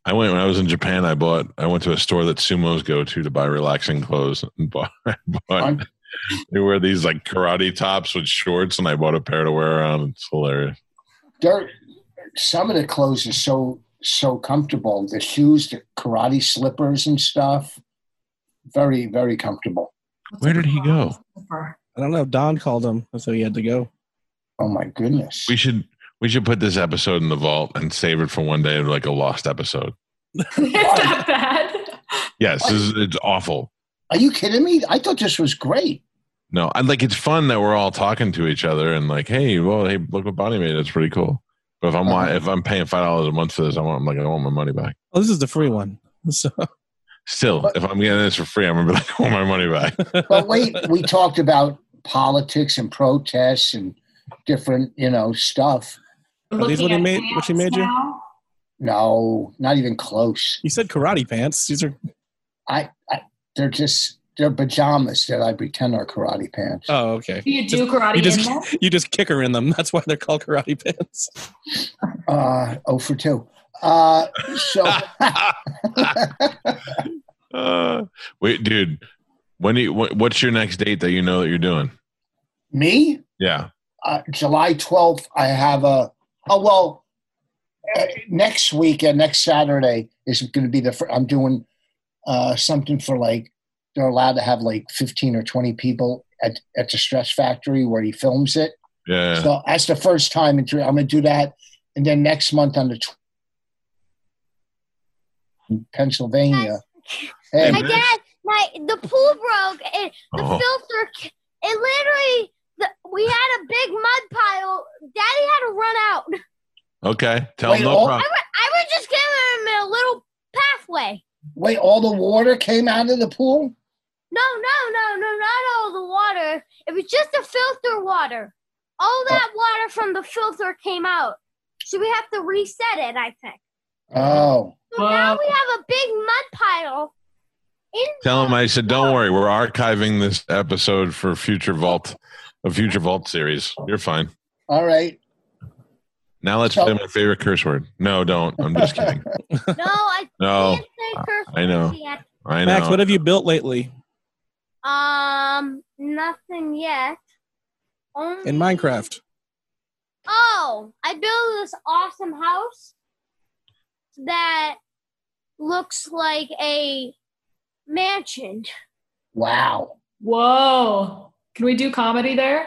Speaker 6: I went when I was in Japan. I bought. I went to a store that sumos go to to buy relaxing clothes. And bought, I bought they wear these like karate tops with shorts, and I bought a pair to wear around. It's hilarious.
Speaker 5: They're, some of the clothes are so so comfortable. The shoes, the karate slippers and stuff. Very very comfortable.
Speaker 6: Where did he go?
Speaker 14: I don't know. Don called him, so he had to go.
Speaker 5: Oh my goodness!
Speaker 6: We should we should put this episode in the vault and save it for one day, like a lost episode.
Speaker 4: it's that bad.
Speaker 6: Yes, this is, it's awful.
Speaker 5: Are you kidding me? I thought this was great.
Speaker 6: No, I like it's fun that we're all talking to each other and like, hey, well, hey, look what Bonnie made. That's pretty cool. But if I'm
Speaker 14: Uh-huh.
Speaker 6: wa- if I'm paying five dollars a month for this, I want I'm like I want my money back.
Speaker 14: Oh, this is the free one. So
Speaker 6: Still, if I'm getting this for free, I'm gonna be like, I want my money back.
Speaker 5: But wait, we talked about politics and protests and different you know stuff.
Speaker 14: Are these what he made? What she made you?
Speaker 5: No, not even close.
Speaker 14: You said karate pants. These are.
Speaker 5: I, I they're just they're pajamas that I pretend are karate pants.
Speaker 14: Oh, okay.
Speaker 4: Do you do karate
Speaker 14: you just,
Speaker 4: in them?
Speaker 14: You just kick her in them. That's why they're called karate pants.
Speaker 5: Uh, oh for two. Uh, so
Speaker 6: Uh, wait, dude, when do you, what, what's your next date that you know that you're doing?
Speaker 5: me,
Speaker 6: Yeah,
Speaker 5: uh, July twelfth, I have a. Oh well, uh, next weekend, next Saturday is going to be the. Fir- I'm doing uh, something for like they're allowed to have like fifteen or twenty people at at the Stress Factory where he films it.
Speaker 6: yeah.
Speaker 5: So that's the first time in three. I'm going to do that, and then next month on the tw- in Pennsylvania. Hey,
Speaker 15: I guess my the pool broke and the
Speaker 5: Oh.
Speaker 15: filter. c- It literally the, we had a big mud pile. Daddy had to run out.
Speaker 6: okay, tell them no
Speaker 5: oh.
Speaker 15: I,
Speaker 6: problem.
Speaker 15: wa- I was just giving him a little pathway.
Speaker 5: wait! All the water came out of the pool.
Speaker 15: No, no, no, no, not all the water. It was just the filter water.
Speaker 5: Oh.
Speaker 15: All that water from the filter came out. So we have to reset it, I think.
Speaker 5: Oh,
Speaker 15: So now we have a big mud pile. In
Speaker 6: Tell them I said, don't worry, we're archiving this episode for future vault, a future vault series. You're fine.
Speaker 5: all right.
Speaker 6: Now let's play my favorite curse word. No, don't. I'm just kidding.
Speaker 15: no, I
Speaker 6: No,
Speaker 15: say curse
Speaker 6: I know.
Speaker 15: words yet.
Speaker 6: I know.
Speaker 14: Max, what have you built lately
Speaker 15: Um, nothing yet. Only
Speaker 14: in Minecraft?
Speaker 15: oh, I built this awesome house that looks like a mansion.
Speaker 5: Wow.
Speaker 4: Whoa. Can we do comedy there?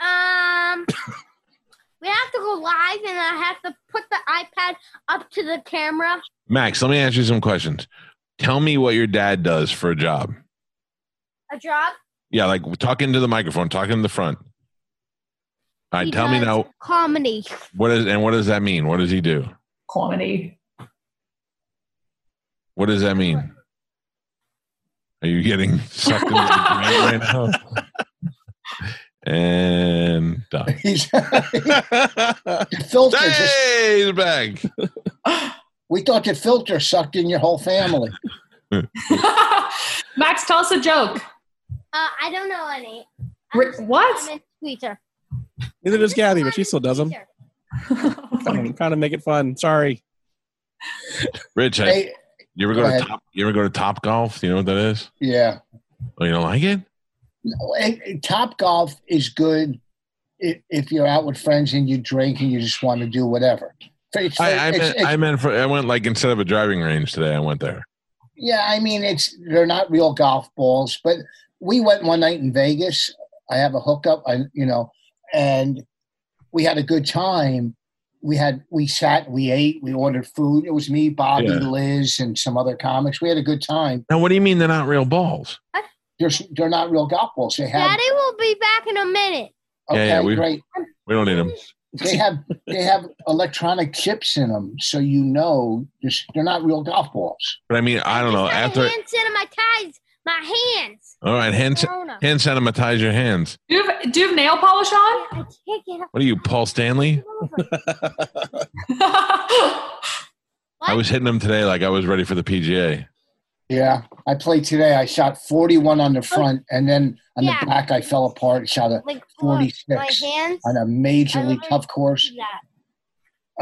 Speaker 15: Um, we have to go live, and I have to put the iPad up to the camera.
Speaker 6: Max, let me ask you some questions. Tell me what your dad does for a job.
Speaker 15: A job.
Speaker 6: Yeah, like talk into the microphone, talk in the front. All right,
Speaker 15: He
Speaker 6: tell me
Speaker 15: does
Speaker 6: now
Speaker 15: Comedy.
Speaker 6: what is and what does that mean? What does he do?
Speaker 4: Comedy.
Speaker 6: What does that mean? Are you getting sucked into the brain right now? And done.
Speaker 5: He's the filter just
Speaker 6: hey, he's back.
Speaker 5: We thought the filter sucked in your whole family.
Speaker 4: Max, tell us a joke.
Speaker 15: Uh, I don't know any.
Speaker 4: Rick, what?
Speaker 15: I'm in Twitter.
Speaker 14: Neither does Gabby, but she still does them. I'm trying to make it fun. Sorry.
Speaker 6: Rich, I-
Speaker 5: Hey,
Speaker 6: you ever go,
Speaker 5: go
Speaker 6: to
Speaker 5: ahead.
Speaker 6: top you ever go to Top Golf? Do you know what that is?
Speaker 5: yeah.
Speaker 6: Oh, you don't like it?
Speaker 5: No, it- it- Top golf is good if, if you're out with friends and you drink and you just want to do whatever. It's-
Speaker 6: I, I
Speaker 5: it's-
Speaker 6: meant
Speaker 5: it's-
Speaker 6: I meant for I went like instead of a driving range today, I went there.
Speaker 5: yeah, I mean, it's they're not real golf balls, but we went one night in Vegas. I have a hookup, I, you know, and we had a good time. We had we sat, we ate, we ordered food. It was me, Bobby,
Speaker 6: Yeah.
Speaker 5: Liz, and some other comics. We had a good time.
Speaker 6: Now what do you mean they're not real balls?
Speaker 5: They're, they're not real golf balls. They have
Speaker 15: Daddy will be back in a minute.
Speaker 6: yeah, yeah,
Speaker 5: Okay,
Speaker 6: we
Speaker 5: great.
Speaker 6: we don't need them.
Speaker 5: they have they have electronic chips in them, so you know this- they're not real golf balls.
Speaker 6: But I mean, I don't know. After
Speaker 15: hand sanitize my hands.
Speaker 6: all right, hand
Speaker 15: Corona.
Speaker 6: hand sanitize your hands.
Speaker 4: Do you have, do you have nail polish on?
Speaker 15: I can't get up.
Speaker 6: What are you, Paul Stanley? I was hitting them today like I was ready for the PGA.
Speaker 5: Yeah, I played today. I shot 41 on the front, and then on
Speaker 15: Oh. Yeah.
Speaker 5: the back, I fell apart. and Shot a
Speaker 15: Like look,
Speaker 5: 46
Speaker 15: my hands. Oh,
Speaker 5: on a majorly tough course.
Speaker 15: Yeah.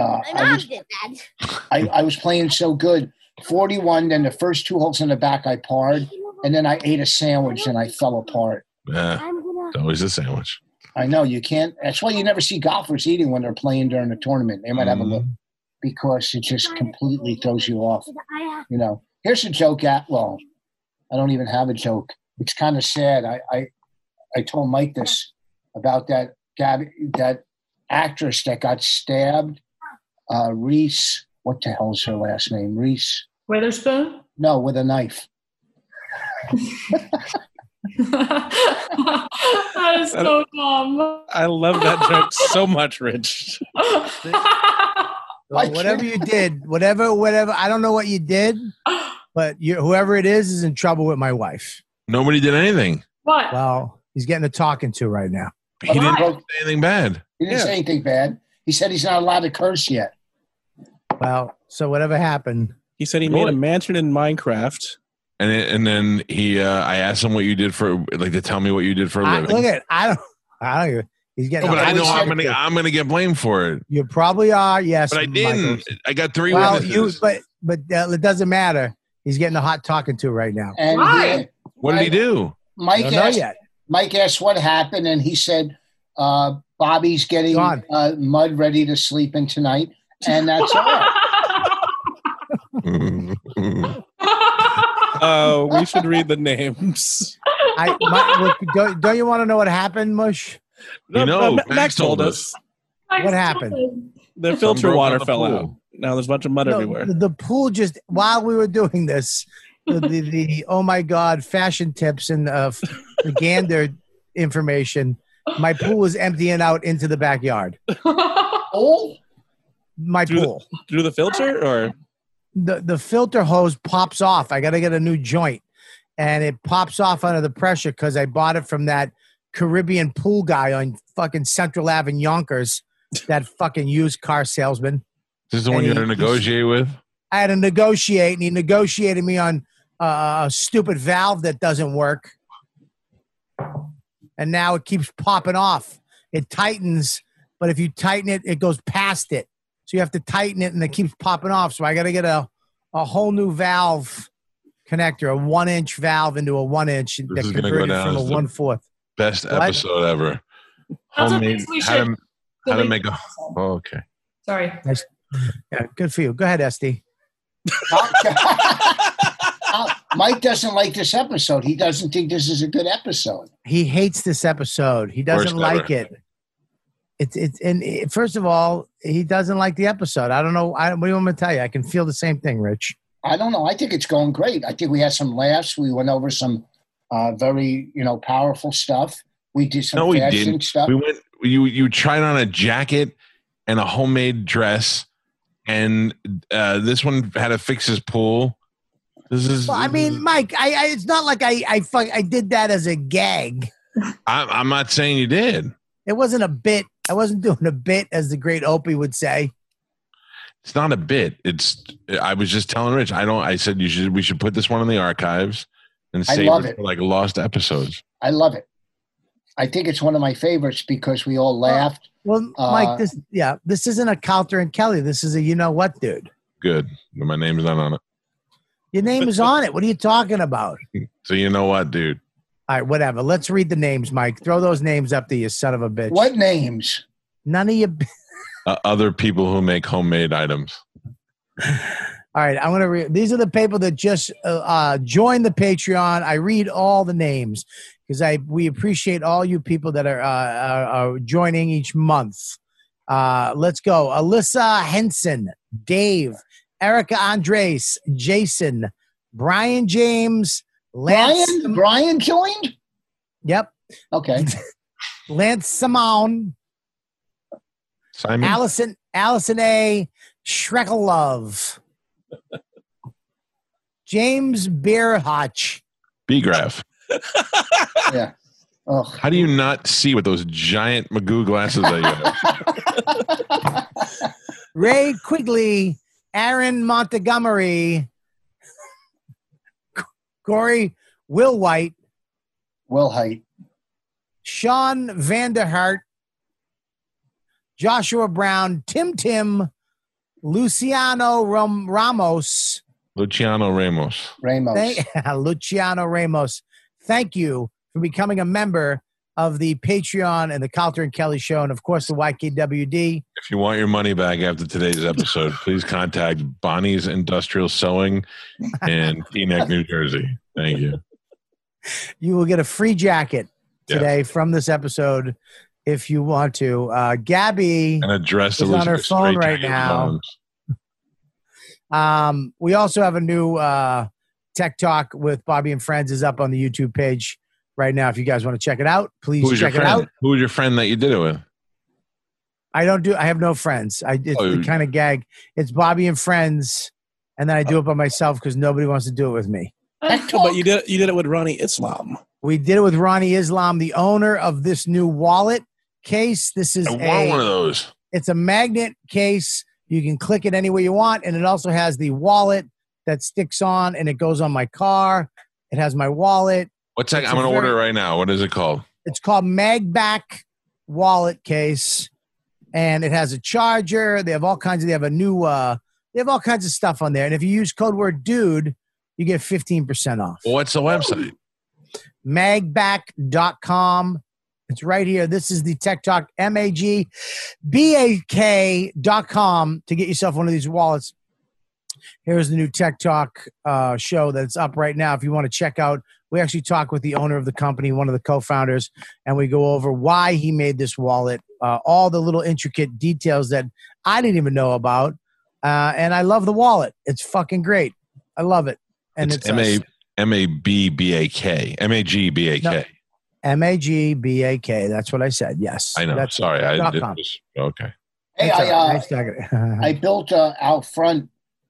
Speaker 5: Uh,
Speaker 15: My
Speaker 5: I
Speaker 15: mom
Speaker 5: was
Speaker 15: did that.
Speaker 5: I, I was playing so good. 41, then the first two holes in the back I parred, and then I ate a sandwich and I fell apart.
Speaker 6: Yeah, it's always a sandwich.
Speaker 5: I know you can't. That's why you never see golfers eating when they're playing during the tournament. They might have a look
Speaker 6: Mm-hmm.
Speaker 5: because it just completely throws you off. You know, here's a joke at, well, I don't even have a joke. It's kind of sad. I, I, I told Mike this about that Gabby, that actress that got stabbed, uh, Reese. What the hell's her last name? Reese.
Speaker 4: Witherspoon?
Speaker 5: No, with a knife.
Speaker 4: that is so dumb.
Speaker 14: I love that joke so much, Rich.
Speaker 1: Well, whatever you did, whatever, whatever. I don't know what you did, but you, whoever it is is in trouble with my wife.
Speaker 6: Nobody did anything.
Speaker 4: What?
Speaker 1: Well, he's getting a talking to right now.
Speaker 6: He didn't say anything bad.
Speaker 5: He didn't say anything bad. He said he's not allowed to curse yet.
Speaker 1: Well, so whatever happened,
Speaker 14: He said he made a mansion in Minecraft.
Speaker 6: And it, and then he, uh, I asked him what you did for like to tell me what you did for a
Speaker 1: I,
Speaker 6: living.
Speaker 1: look at I don't, I don't. even- He's
Speaker 6: No,
Speaker 1: getting.
Speaker 6: but I know I'm
Speaker 1: going
Speaker 6: gonna I'm gonna get blamed for it.
Speaker 1: You probably are. Yes,
Speaker 6: But I
Speaker 1: Michael.
Speaker 6: didn't. I got three
Speaker 1: Well, you,
Speaker 6: witnesses.
Speaker 1: but but uh, it doesn't matter. He's getting a hot talking to right now.
Speaker 5: And uh,
Speaker 4: Why?
Speaker 6: what did he do?
Speaker 5: Mike
Speaker 1: Don't know
Speaker 5: asked,
Speaker 1: yet.
Speaker 5: Mike asked what happened, and he said uh, Bobby's getting
Speaker 1: Gone.
Speaker 5: uh, mud ready to sleep in tonight, and that's all.
Speaker 14: Oh, we should read the names.
Speaker 1: I my, look, don't, don't you want to know what happened, Mush?
Speaker 6: You know,
Speaker 14: Max,
Speaker 6: Max
Speaker 14: told
Speaker 6: told
Speaker 14: us
Speaker 1: What happened?
Speaker 14: the
Speaker 6: Some
Speaker 14: filter
Speaker 6: broke out
Speaker 14: water
Speaker 6: the
Speaker 14: fell
Speaker 6: pool.
Speaker 14: out. Now there's a bunch of mud
Speaker 1: No,
Speaker 14: everywhere.
Speaker 1: the- the pool just while we were doing this, the, the, the oh my god fashion tips and uh, f- the gander information. My pool was emptying out into the backyard.
Speaker 5: Oh,
Speaker 1: My
Speaker 14: Through the-
Speaker 1: pool.
Speaker 14: Through the filter, or
Speaker 1: the the filter hose pops off. I got to get a new joint, and it pops off under the pressure because I bought it from that Caribbean pool guy on fucking Central Ave in Yonkers, that fucking used car salesman.
Speaker 6: This is the one
Speaker 1: And
Speaker 6: you had to
Speaker 1: he-
Speaker 6: negotiate with.
Speaker 1: I had to negotiate, and he negotiated me on uh, a stupid valve that doesn't work, and now it keeps popping off. It tightens, but if you tighten it, it goes past it. So you have to tighten it, and it keeps popping off. So I got to get a a whole new valve connector, a one inch valve into a one inch that
Speaker 6: This is gonna go
Speaker 1: converted
Speaker 6: down
Speaker 1: from a
Speaker 6: as the-
Speaker 1: one fourth.
Speaker 6: Best
Speaker 1: What?
Speaker 6: episode ever.
Speaker 4: That's what
Speaker 6: Homemade.
Speaker 4: makes we
Speaker 6: How to,
Speaker 4: should.
Speaker 6: how to
Speaker 4: delete-
Speaker 6: make a. Oh, okay.
Speaker 4: Sorry.
Speaker 1: Yeah, good for you. Go ahead, Esty.
Speaker 5: Uh, Mike doesn't like this episode. He doesn't think this is a good episode.
Speaker 1: He hates this episode. He doesn't
Speaker 6: Worst
Speaker 1: like
Speaker 6: ever.
Speaker 1: it. It's it's and it- first of all, he doesn't like the episode. I don't know. I, what do you want me to tell you? I can feel the same thing, Rich.
Speaker 5: I don't know. I think it's going great. I think we had some laughs. We went over some uh, very you know powerful stuff. We did some
Speaker 6: No, we
Speaker 5: fashion
Speaker 6: didn't.
Speaker 5: stuff.
Speaker 6: We went. You you tried on a jacket and a homemade dress, and uh, this one had to fix his pool. This is.
Speaker 1: Well, I mean, Mike, I, I it's not like I I fuck, I did that as a gag.
Speaker 6: I'm, I'm not saying you did.
Speaker 1: It wasn't a bit. I wasn't doing a bit, as the great Opie would say.
Speaker 6: It's not a bit. It's. I was just telling Rich. I don't. I said you should. We should put this one in the archives and
Speaker 5: I
Speaker 6: save
Speaker 5: love
Speaker 6: it,
Speaker 5: it.
Speaker 6: for like lost episodes.
Speaker 5: I love it. I think it's one of my favorites because we all laughed.
Speaker 1: Well,
Speaker 5: Uh,
Speaker 1: Mike, this yeah, this isn't a Counter and Kelly. This is a you know what, dude.
Speaker 6: Good. My name's not on it.
Speaker 1: Your name is on it. What are you talking about?
Speaker 6: So you know what, dude?
Speaker 1: All right, whatever. Let's read the names, Mike. Throw those names up to you, son of a bitch.
Speaker 5: What names?
Speaker 1: None of you.
Speaker 6: Uh, other people who make homemade items.
Speaker 1: All right, I'm gonna read. These are the people that just uh, uh, joined the Patreon. I read all the names because I we appreciate all you people that are, uh, are, are joining each month. Uh, let's go: Alyssa Henson, Dave, Erica Andres, Jason, Brian James, Lance.
Speaker 5: Brian? Brian joined?
Speaker 1: Yep,
Speaker 5: Okay.
Speaker 1: Lance Simone,
Speaker 6: Simon?
Speaker 1: Allison, Allison A. Shrekel Love. James Beerhotch.
Speaker 6: B graph.
Speaker 5: yeah.
Speaker 6: How do you not see with those giant Magoo glasses that you have?
Speaker 1: Ray Quigley. Aaron Montgomery. Corey Will White.
Speaker 5: Will Height.
Speaker 1: Sean Vanderhart, Joshua Brown, Tim Tim, Luciano Ram- Ramos,
Speaker 6: Luciano Ramos.
Speaker 5: Ramos.
Speaker 1: Thank- Luciano Ramos. Thank you for becoming a member of the Patreon and the Colter and Kelly Show, and of course the YKWd.
Speaker 6: If you want your money back after today's episode, please contact Bonnie's Industrial Sewing in Teaneck, New Jersey. Thank you.
Speaker 1: You will get a free jacket
Speaker 6: Yeah.
Speaker 1: today from this episode if you want to. Uh, Gabby
Speaker 6: And address
Speaker 1: is on her
Speaker 6: Elizabeth
Speaker 1: phone
Speaker 6: Straight
Speaker 1: right
Speaker 6: to your
Speaker 1: now.
Speaker 6: moms.
Speaker 1: Um, we also have a new uh, Tech Talk with Bobby and Friends is up on the YouTube page right now. If you guys want to check it out, please
Speaker 6: Who's your
Speaker 1: check it
Speaker 6: friend?
Speaker 1: out.
Speaker 6: Who was your friend that you did it with?
Speaker 1: I don't do. I have no friends. I it's
Speaker 6: Oh.
Speaker 1: the kind of gag. It's Bobby and Friends, and then I do it by myself because nobody wants to do it with me.
Speaker 14: but you did you did it with Ronnie Islam.
Speaker 1: We did it with Ronnie Islam, the owner of this new wallet case. This is
Speaker 6: I want
Speaker 1: a-
Speaker 6: one of those.
Speaker 1: It's a magnet case. You can click it any way you want, and it also has the wallet that sticks on, and it goes on my car. It has my wallet.
Speaker 6: What's that?
Speaker 1: It's
Speaker 6: I'm
Speaker 1: a
Speaker 6: going to
Speaker 1: very-
Speaker 6: order it right now. What is it called?
Speaker 1: It's called Magback wallet case, and it has a charger. They have all kinds of. They have a new. uh They have all kinds of stuff on there, and if you use code word dude, you get fifteen percent off.
Speaker 6: What's the website?
Speaker 1: magback.com. It's right here. This is the Tech Talk, M A G B A K dot com to get yourself one of these wallets. Here's the new Tech Talk uh, show that's up right now. If you want to check out, we actually talk with the owner of the company, one of the co founders, and we go over why he made this wallet, uh, all the little intricate details that I didn't even know about. Uh, and I love the wallet. It's fucking great. I love it. And it's, uh,
Speaker 6: It's M A M A B B A K M A G B A
Speaker 1: No.
Speaker 6: K.
Speaker 1: M A G B A K. That's what I said. Yes.
Speaker 6: I know.
Speaker 1: That's
Speaker 6: Sorry, I
Speaker 1: dot
Speaker 6: it
Speaker 1: com.
Speaker 6: was- okay.
Speaker 5: Hey,
Speaker 1: That's
Speaker 5: I,
Speaker 1: all
Speaker 5: uh,
Speaker 1: right. Nice talking-
Speaker 5: I built uh, out front.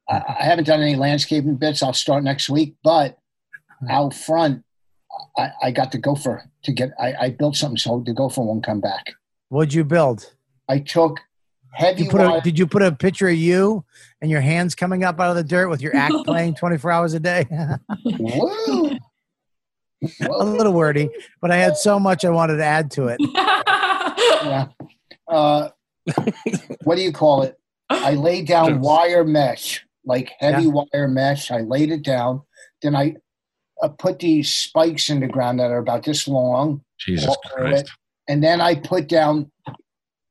Speaker 5: I I haven't done any landscaping bits. I'll start next week, but out front, I, I got the gopher to get. I, I built something so the gopher won't come back.
Speaker 1: What'd you build?
Speaker 5: I took heavy.
Speaker 1: You put a,
Speaker 5: wire-
Speaker 1: did you put a picture of you and your hands coming up out of the dirt with your act playing 24 hours a day?
Speaker 5: Woo!
Speaker 1: a little wordy, but I had so much I wanted to add to it.
Speaker 5: yeah. uh, what do you call it? I laid down wire mesh, like heavy wire mesh. I laid it down. Then I uh, put these spikes in the ground that are about this long.
Speaker 6: Jesus
Speaker 5: all over
Speaker 6: Christ.
Speaker 5: it. And then I put down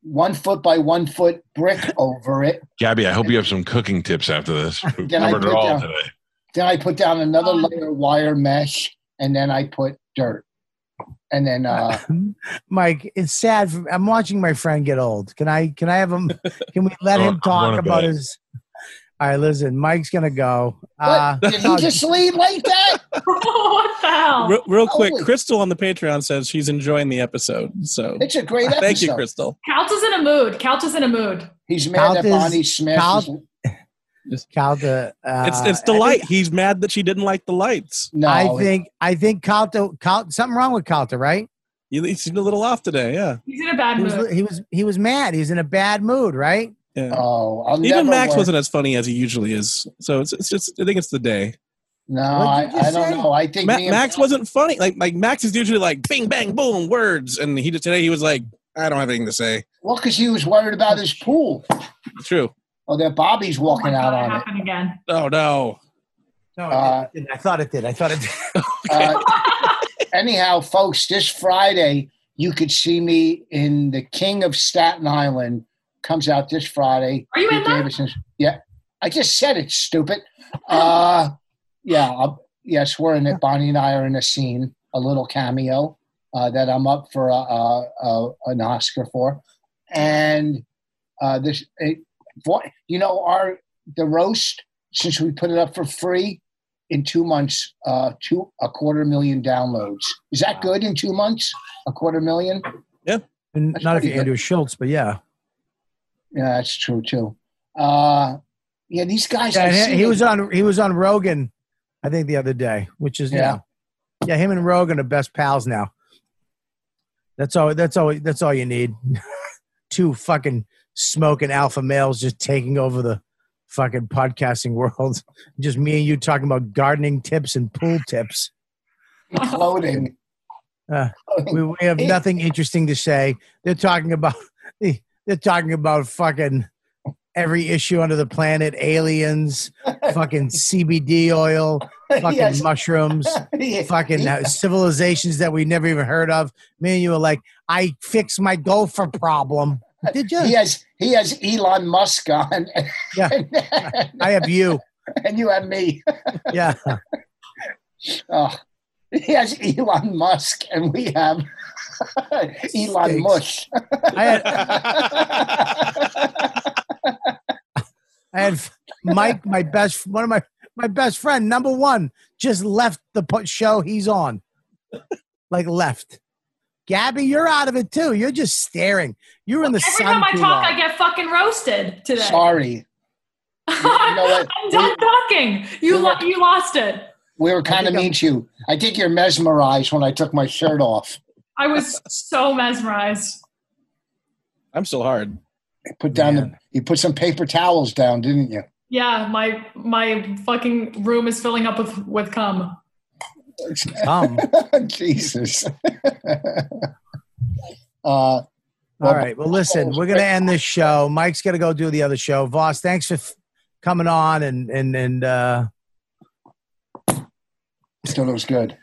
Speaker 5: one foot by one foot brick over it.
Speaker 6: Gabby, I hope you have some cooking tips after this. We've
Speaker 5: Then I
Speaker 6: covered it
Speaker 5: put
Speaker 6: all
Speaker 5: down-
Speaker 6: today.
Speaker 5: Then I put down another layer of wire mesh, and then I put dirt. And then uh,
Speaker 1: Mike, it's sad. For, I'm watching my friend get old. Can I? Can I have him? Can we let
Speaker 6: Oh, I'm
Speaker 1: him talk
Speaker 6: going to
Speaker 1: about
Speaker 6: bed.
Speaker 1: his? All right, listen. Mike's gonna go. Uh,
Speaker 5: did he
Speaker 1: no,
Speaker 5: just leave like that?
Speaker 4: what the
Speaker 5: Oh,
Speaker 4: hell?
Speaker 14: Real, real quick,
Speaker 4: Holy-
Speaker 14: Crystal on the Patreon says she's enjoying the episode. So
Speaker 5: It's a great episode.
Speaker 14: thank you, Crystal.
Speaker 4: Couch is in a mood. Couch is in a mood.
Speaker 5: He's mad that
Speaker 1: Count is-
Speaker 5: Bonnie smashed. his-
Speaker 1: Calda, uh,
Speaker 14: It's it's the
Speaker 1: I
Speaker 14: light.
Speaker 1: think-
Speaker 14: He's mad that she didn't like the lights.
Speaker 5: No,
Speaker 1: I think I think Calta, Cal, something wrong with Calta, right?
Speaker 14: You- he seemed a little off today. Yeah.
Speaker 4: He's in a bad
Speaker 1: He was,
Speaker 4: mood.
Speaker 1: he was he was mad. He was in a bad mood, right?
Speaker 14: Yeah.
Speaker 5: Oh, I'll never
Speaker 14: Even Max
Speaker 5: work-
Speaker 14: wasn't as funny as he usually is. So it's, it's just I think it's the day.
Speaker 5: No,
Speaker 1: What'd
Speaker 5: I,
Speaker 1: you just
Speaker 5: I don't
Speaker 1: say?
Speaker 5: know. I think
Speaker 14: Ma-
Speaker 5: me and-
Speaker 14: Max wasn't funny. Like like Max is usually like bing bang boom words, and he did today. He was like, I don't have anything to say.
Speaker 5: Well, because he was worried about his pool.
Speaker 14: True.
Speaker 5: Oh, that Bobby's walking out
Speaker 4: It
Speaker 5: on it.
Speaker 4: happened again.
Speaker 14: Oh no.
Speaker 1: No,
Speaker 5: Uh,
Speaker 1: it didn't. I thought it did. I thought it did.
Speaker 5: Uh, anyhow, folks, this Friday you could see me in the King of Staten Island. Comes out this Friday.
Speaker 4: Are you
Speaker 5: Pete
Speaker 4: in that?
Speaker 5: Davidson's- Yeah, I just said it. Stupid.
Speaker 1: Oh.
Speaker 5: Uh, yeah. I'll, yes, we're in it. Bonnie and I are in a scene, a little cameo uh, that I'm up for a, a, a, an Oscar for, and uh, this. It, voi- you know, our the roast since we put it up for free in two months, uh, two a quarter million downloads. Is that good in two months? A quarter million?
Speaker 1: And Not if you're Andrew Schultz, but yeah.
Speaker 5: Yeah, that's true too. Uh, yeah, these guys. I
Speaker 1: Yeah,
Speaker 5: see
Speaker 1: he, he
Speaker 5: them-
Speaker 1: was on he was on Rogan, I think the other day, which is
Speaker 5: Yeah.
Speaker 1: yeah, yeah. Him and Rogan are best pals now. That's all. That's all. That's all you need. Two fucking smoking alpha males just taking over the fucking podcasting world. Just me and you talking about gardening tips and pool tips.
Speaker 5: Clothing.
Speaker 1: Uh, we, we have nothing interesting to say. They're talking about they're talking about fucking every issue under the planet, aliens, fucking CBD oil, fucking
Speaker 5: Yes.
Speaker 1: mushrooms,
Speaker 5: Yeah.
Speaker 1: fucking uh, civilizations that we never even heard of. Me and you were like, I fixed my gopher problem. Did you?
Speaker 5: He has he has Elon Musk on.
Speaker 1: Yeah. I have you.
Speaker 5: and you have me.
Speaker 1: Yeah.
Speaker 5: Oh, he has Elon Musk, and we have Elon Mush.
Speaker 1: I had, I had Mike, my best one of my my best friend, number one, just left the po- show he's on, like left. Gabby, you're out of it too. You're just staring. You're in the
Speaker 4: Every
Speaker 1: sun
Speaker 4: time I
Speaker 1: too
Speaker 4: talk,
Speaker 1: long.
Speaker 4: I get fucking roasted today.
Speaker 5: Sorry,
Speaker 4: I'm done talking. You lo- you lost it.
Speaker 5: we were kind of mean to you. I think you're mesmerized when I took my shirt off.
Speaker 4: I was so mesmerized.
Speaker 5: I'm still hard. Put down the, you put some paper towels down, didn't you?
Speaker 4: Yeah, my my fucking room is filling up with with cum.
Speaker 1: Oh, Come.
Speaker 5: Jesus. uh,
Speaker 1: All right. Well, listen, we're going to end this show. Mike's going to go do the other show. Voss, thanks for f- coming on and and and uh,
Speaker 5: Still looks good.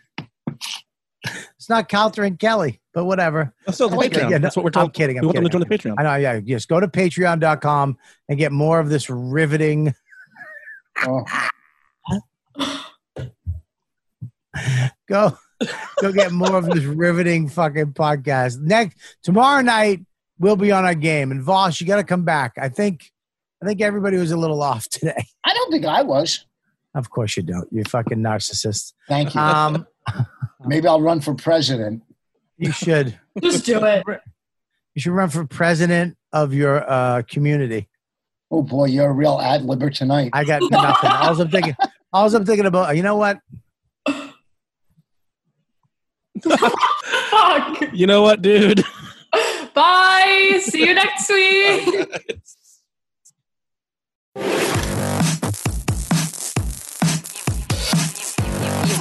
Speaker 1: It's not Coulter and Kelly, but whatever.
Speaker 10: That's still the
Speaker 1: Like,
Speaker 10: Patreon.
Speaker 1: yeah,
Speaker 10: That's what we're talking-
Speaker 1: I'm kidding. I'm
Speaker 10: we want them to
Speaker 1: kidding.
Speaker 10: join the Patreon.
Speaker 1: I know. Yeah. Yes. Go to patreon.com and get more of this riveting.
Speaker 5: Oh.
Speaker 1: go, go get more of this riveting fucking podcast. Next tomorrow night we'll be on our game. And Voss, you got to come back. I think, I think everybody was a little off today.
Speaker 5: I don't think I was.
Speaker 1: Of course you don't. You fucking narcissist.
Speaker 5: Thank you.
Speaker 1: Um,
Speaker 5: Maybe I'll run for president.
Speaker 1: You should.
Speaker 4: Just do it.
Speaker 1: You should run for president of your uh, community.
Speaker 5: Oh boy, you're a real ad libber tonight.
Speaker 1: I got nothing. All I'm thinking, all I'm thinking about. You know what?
Speaker 4: Fuck.
Speaker 10: You know what, dude?
Speaker 4: Bye. See you next week.
Speaker 16: You've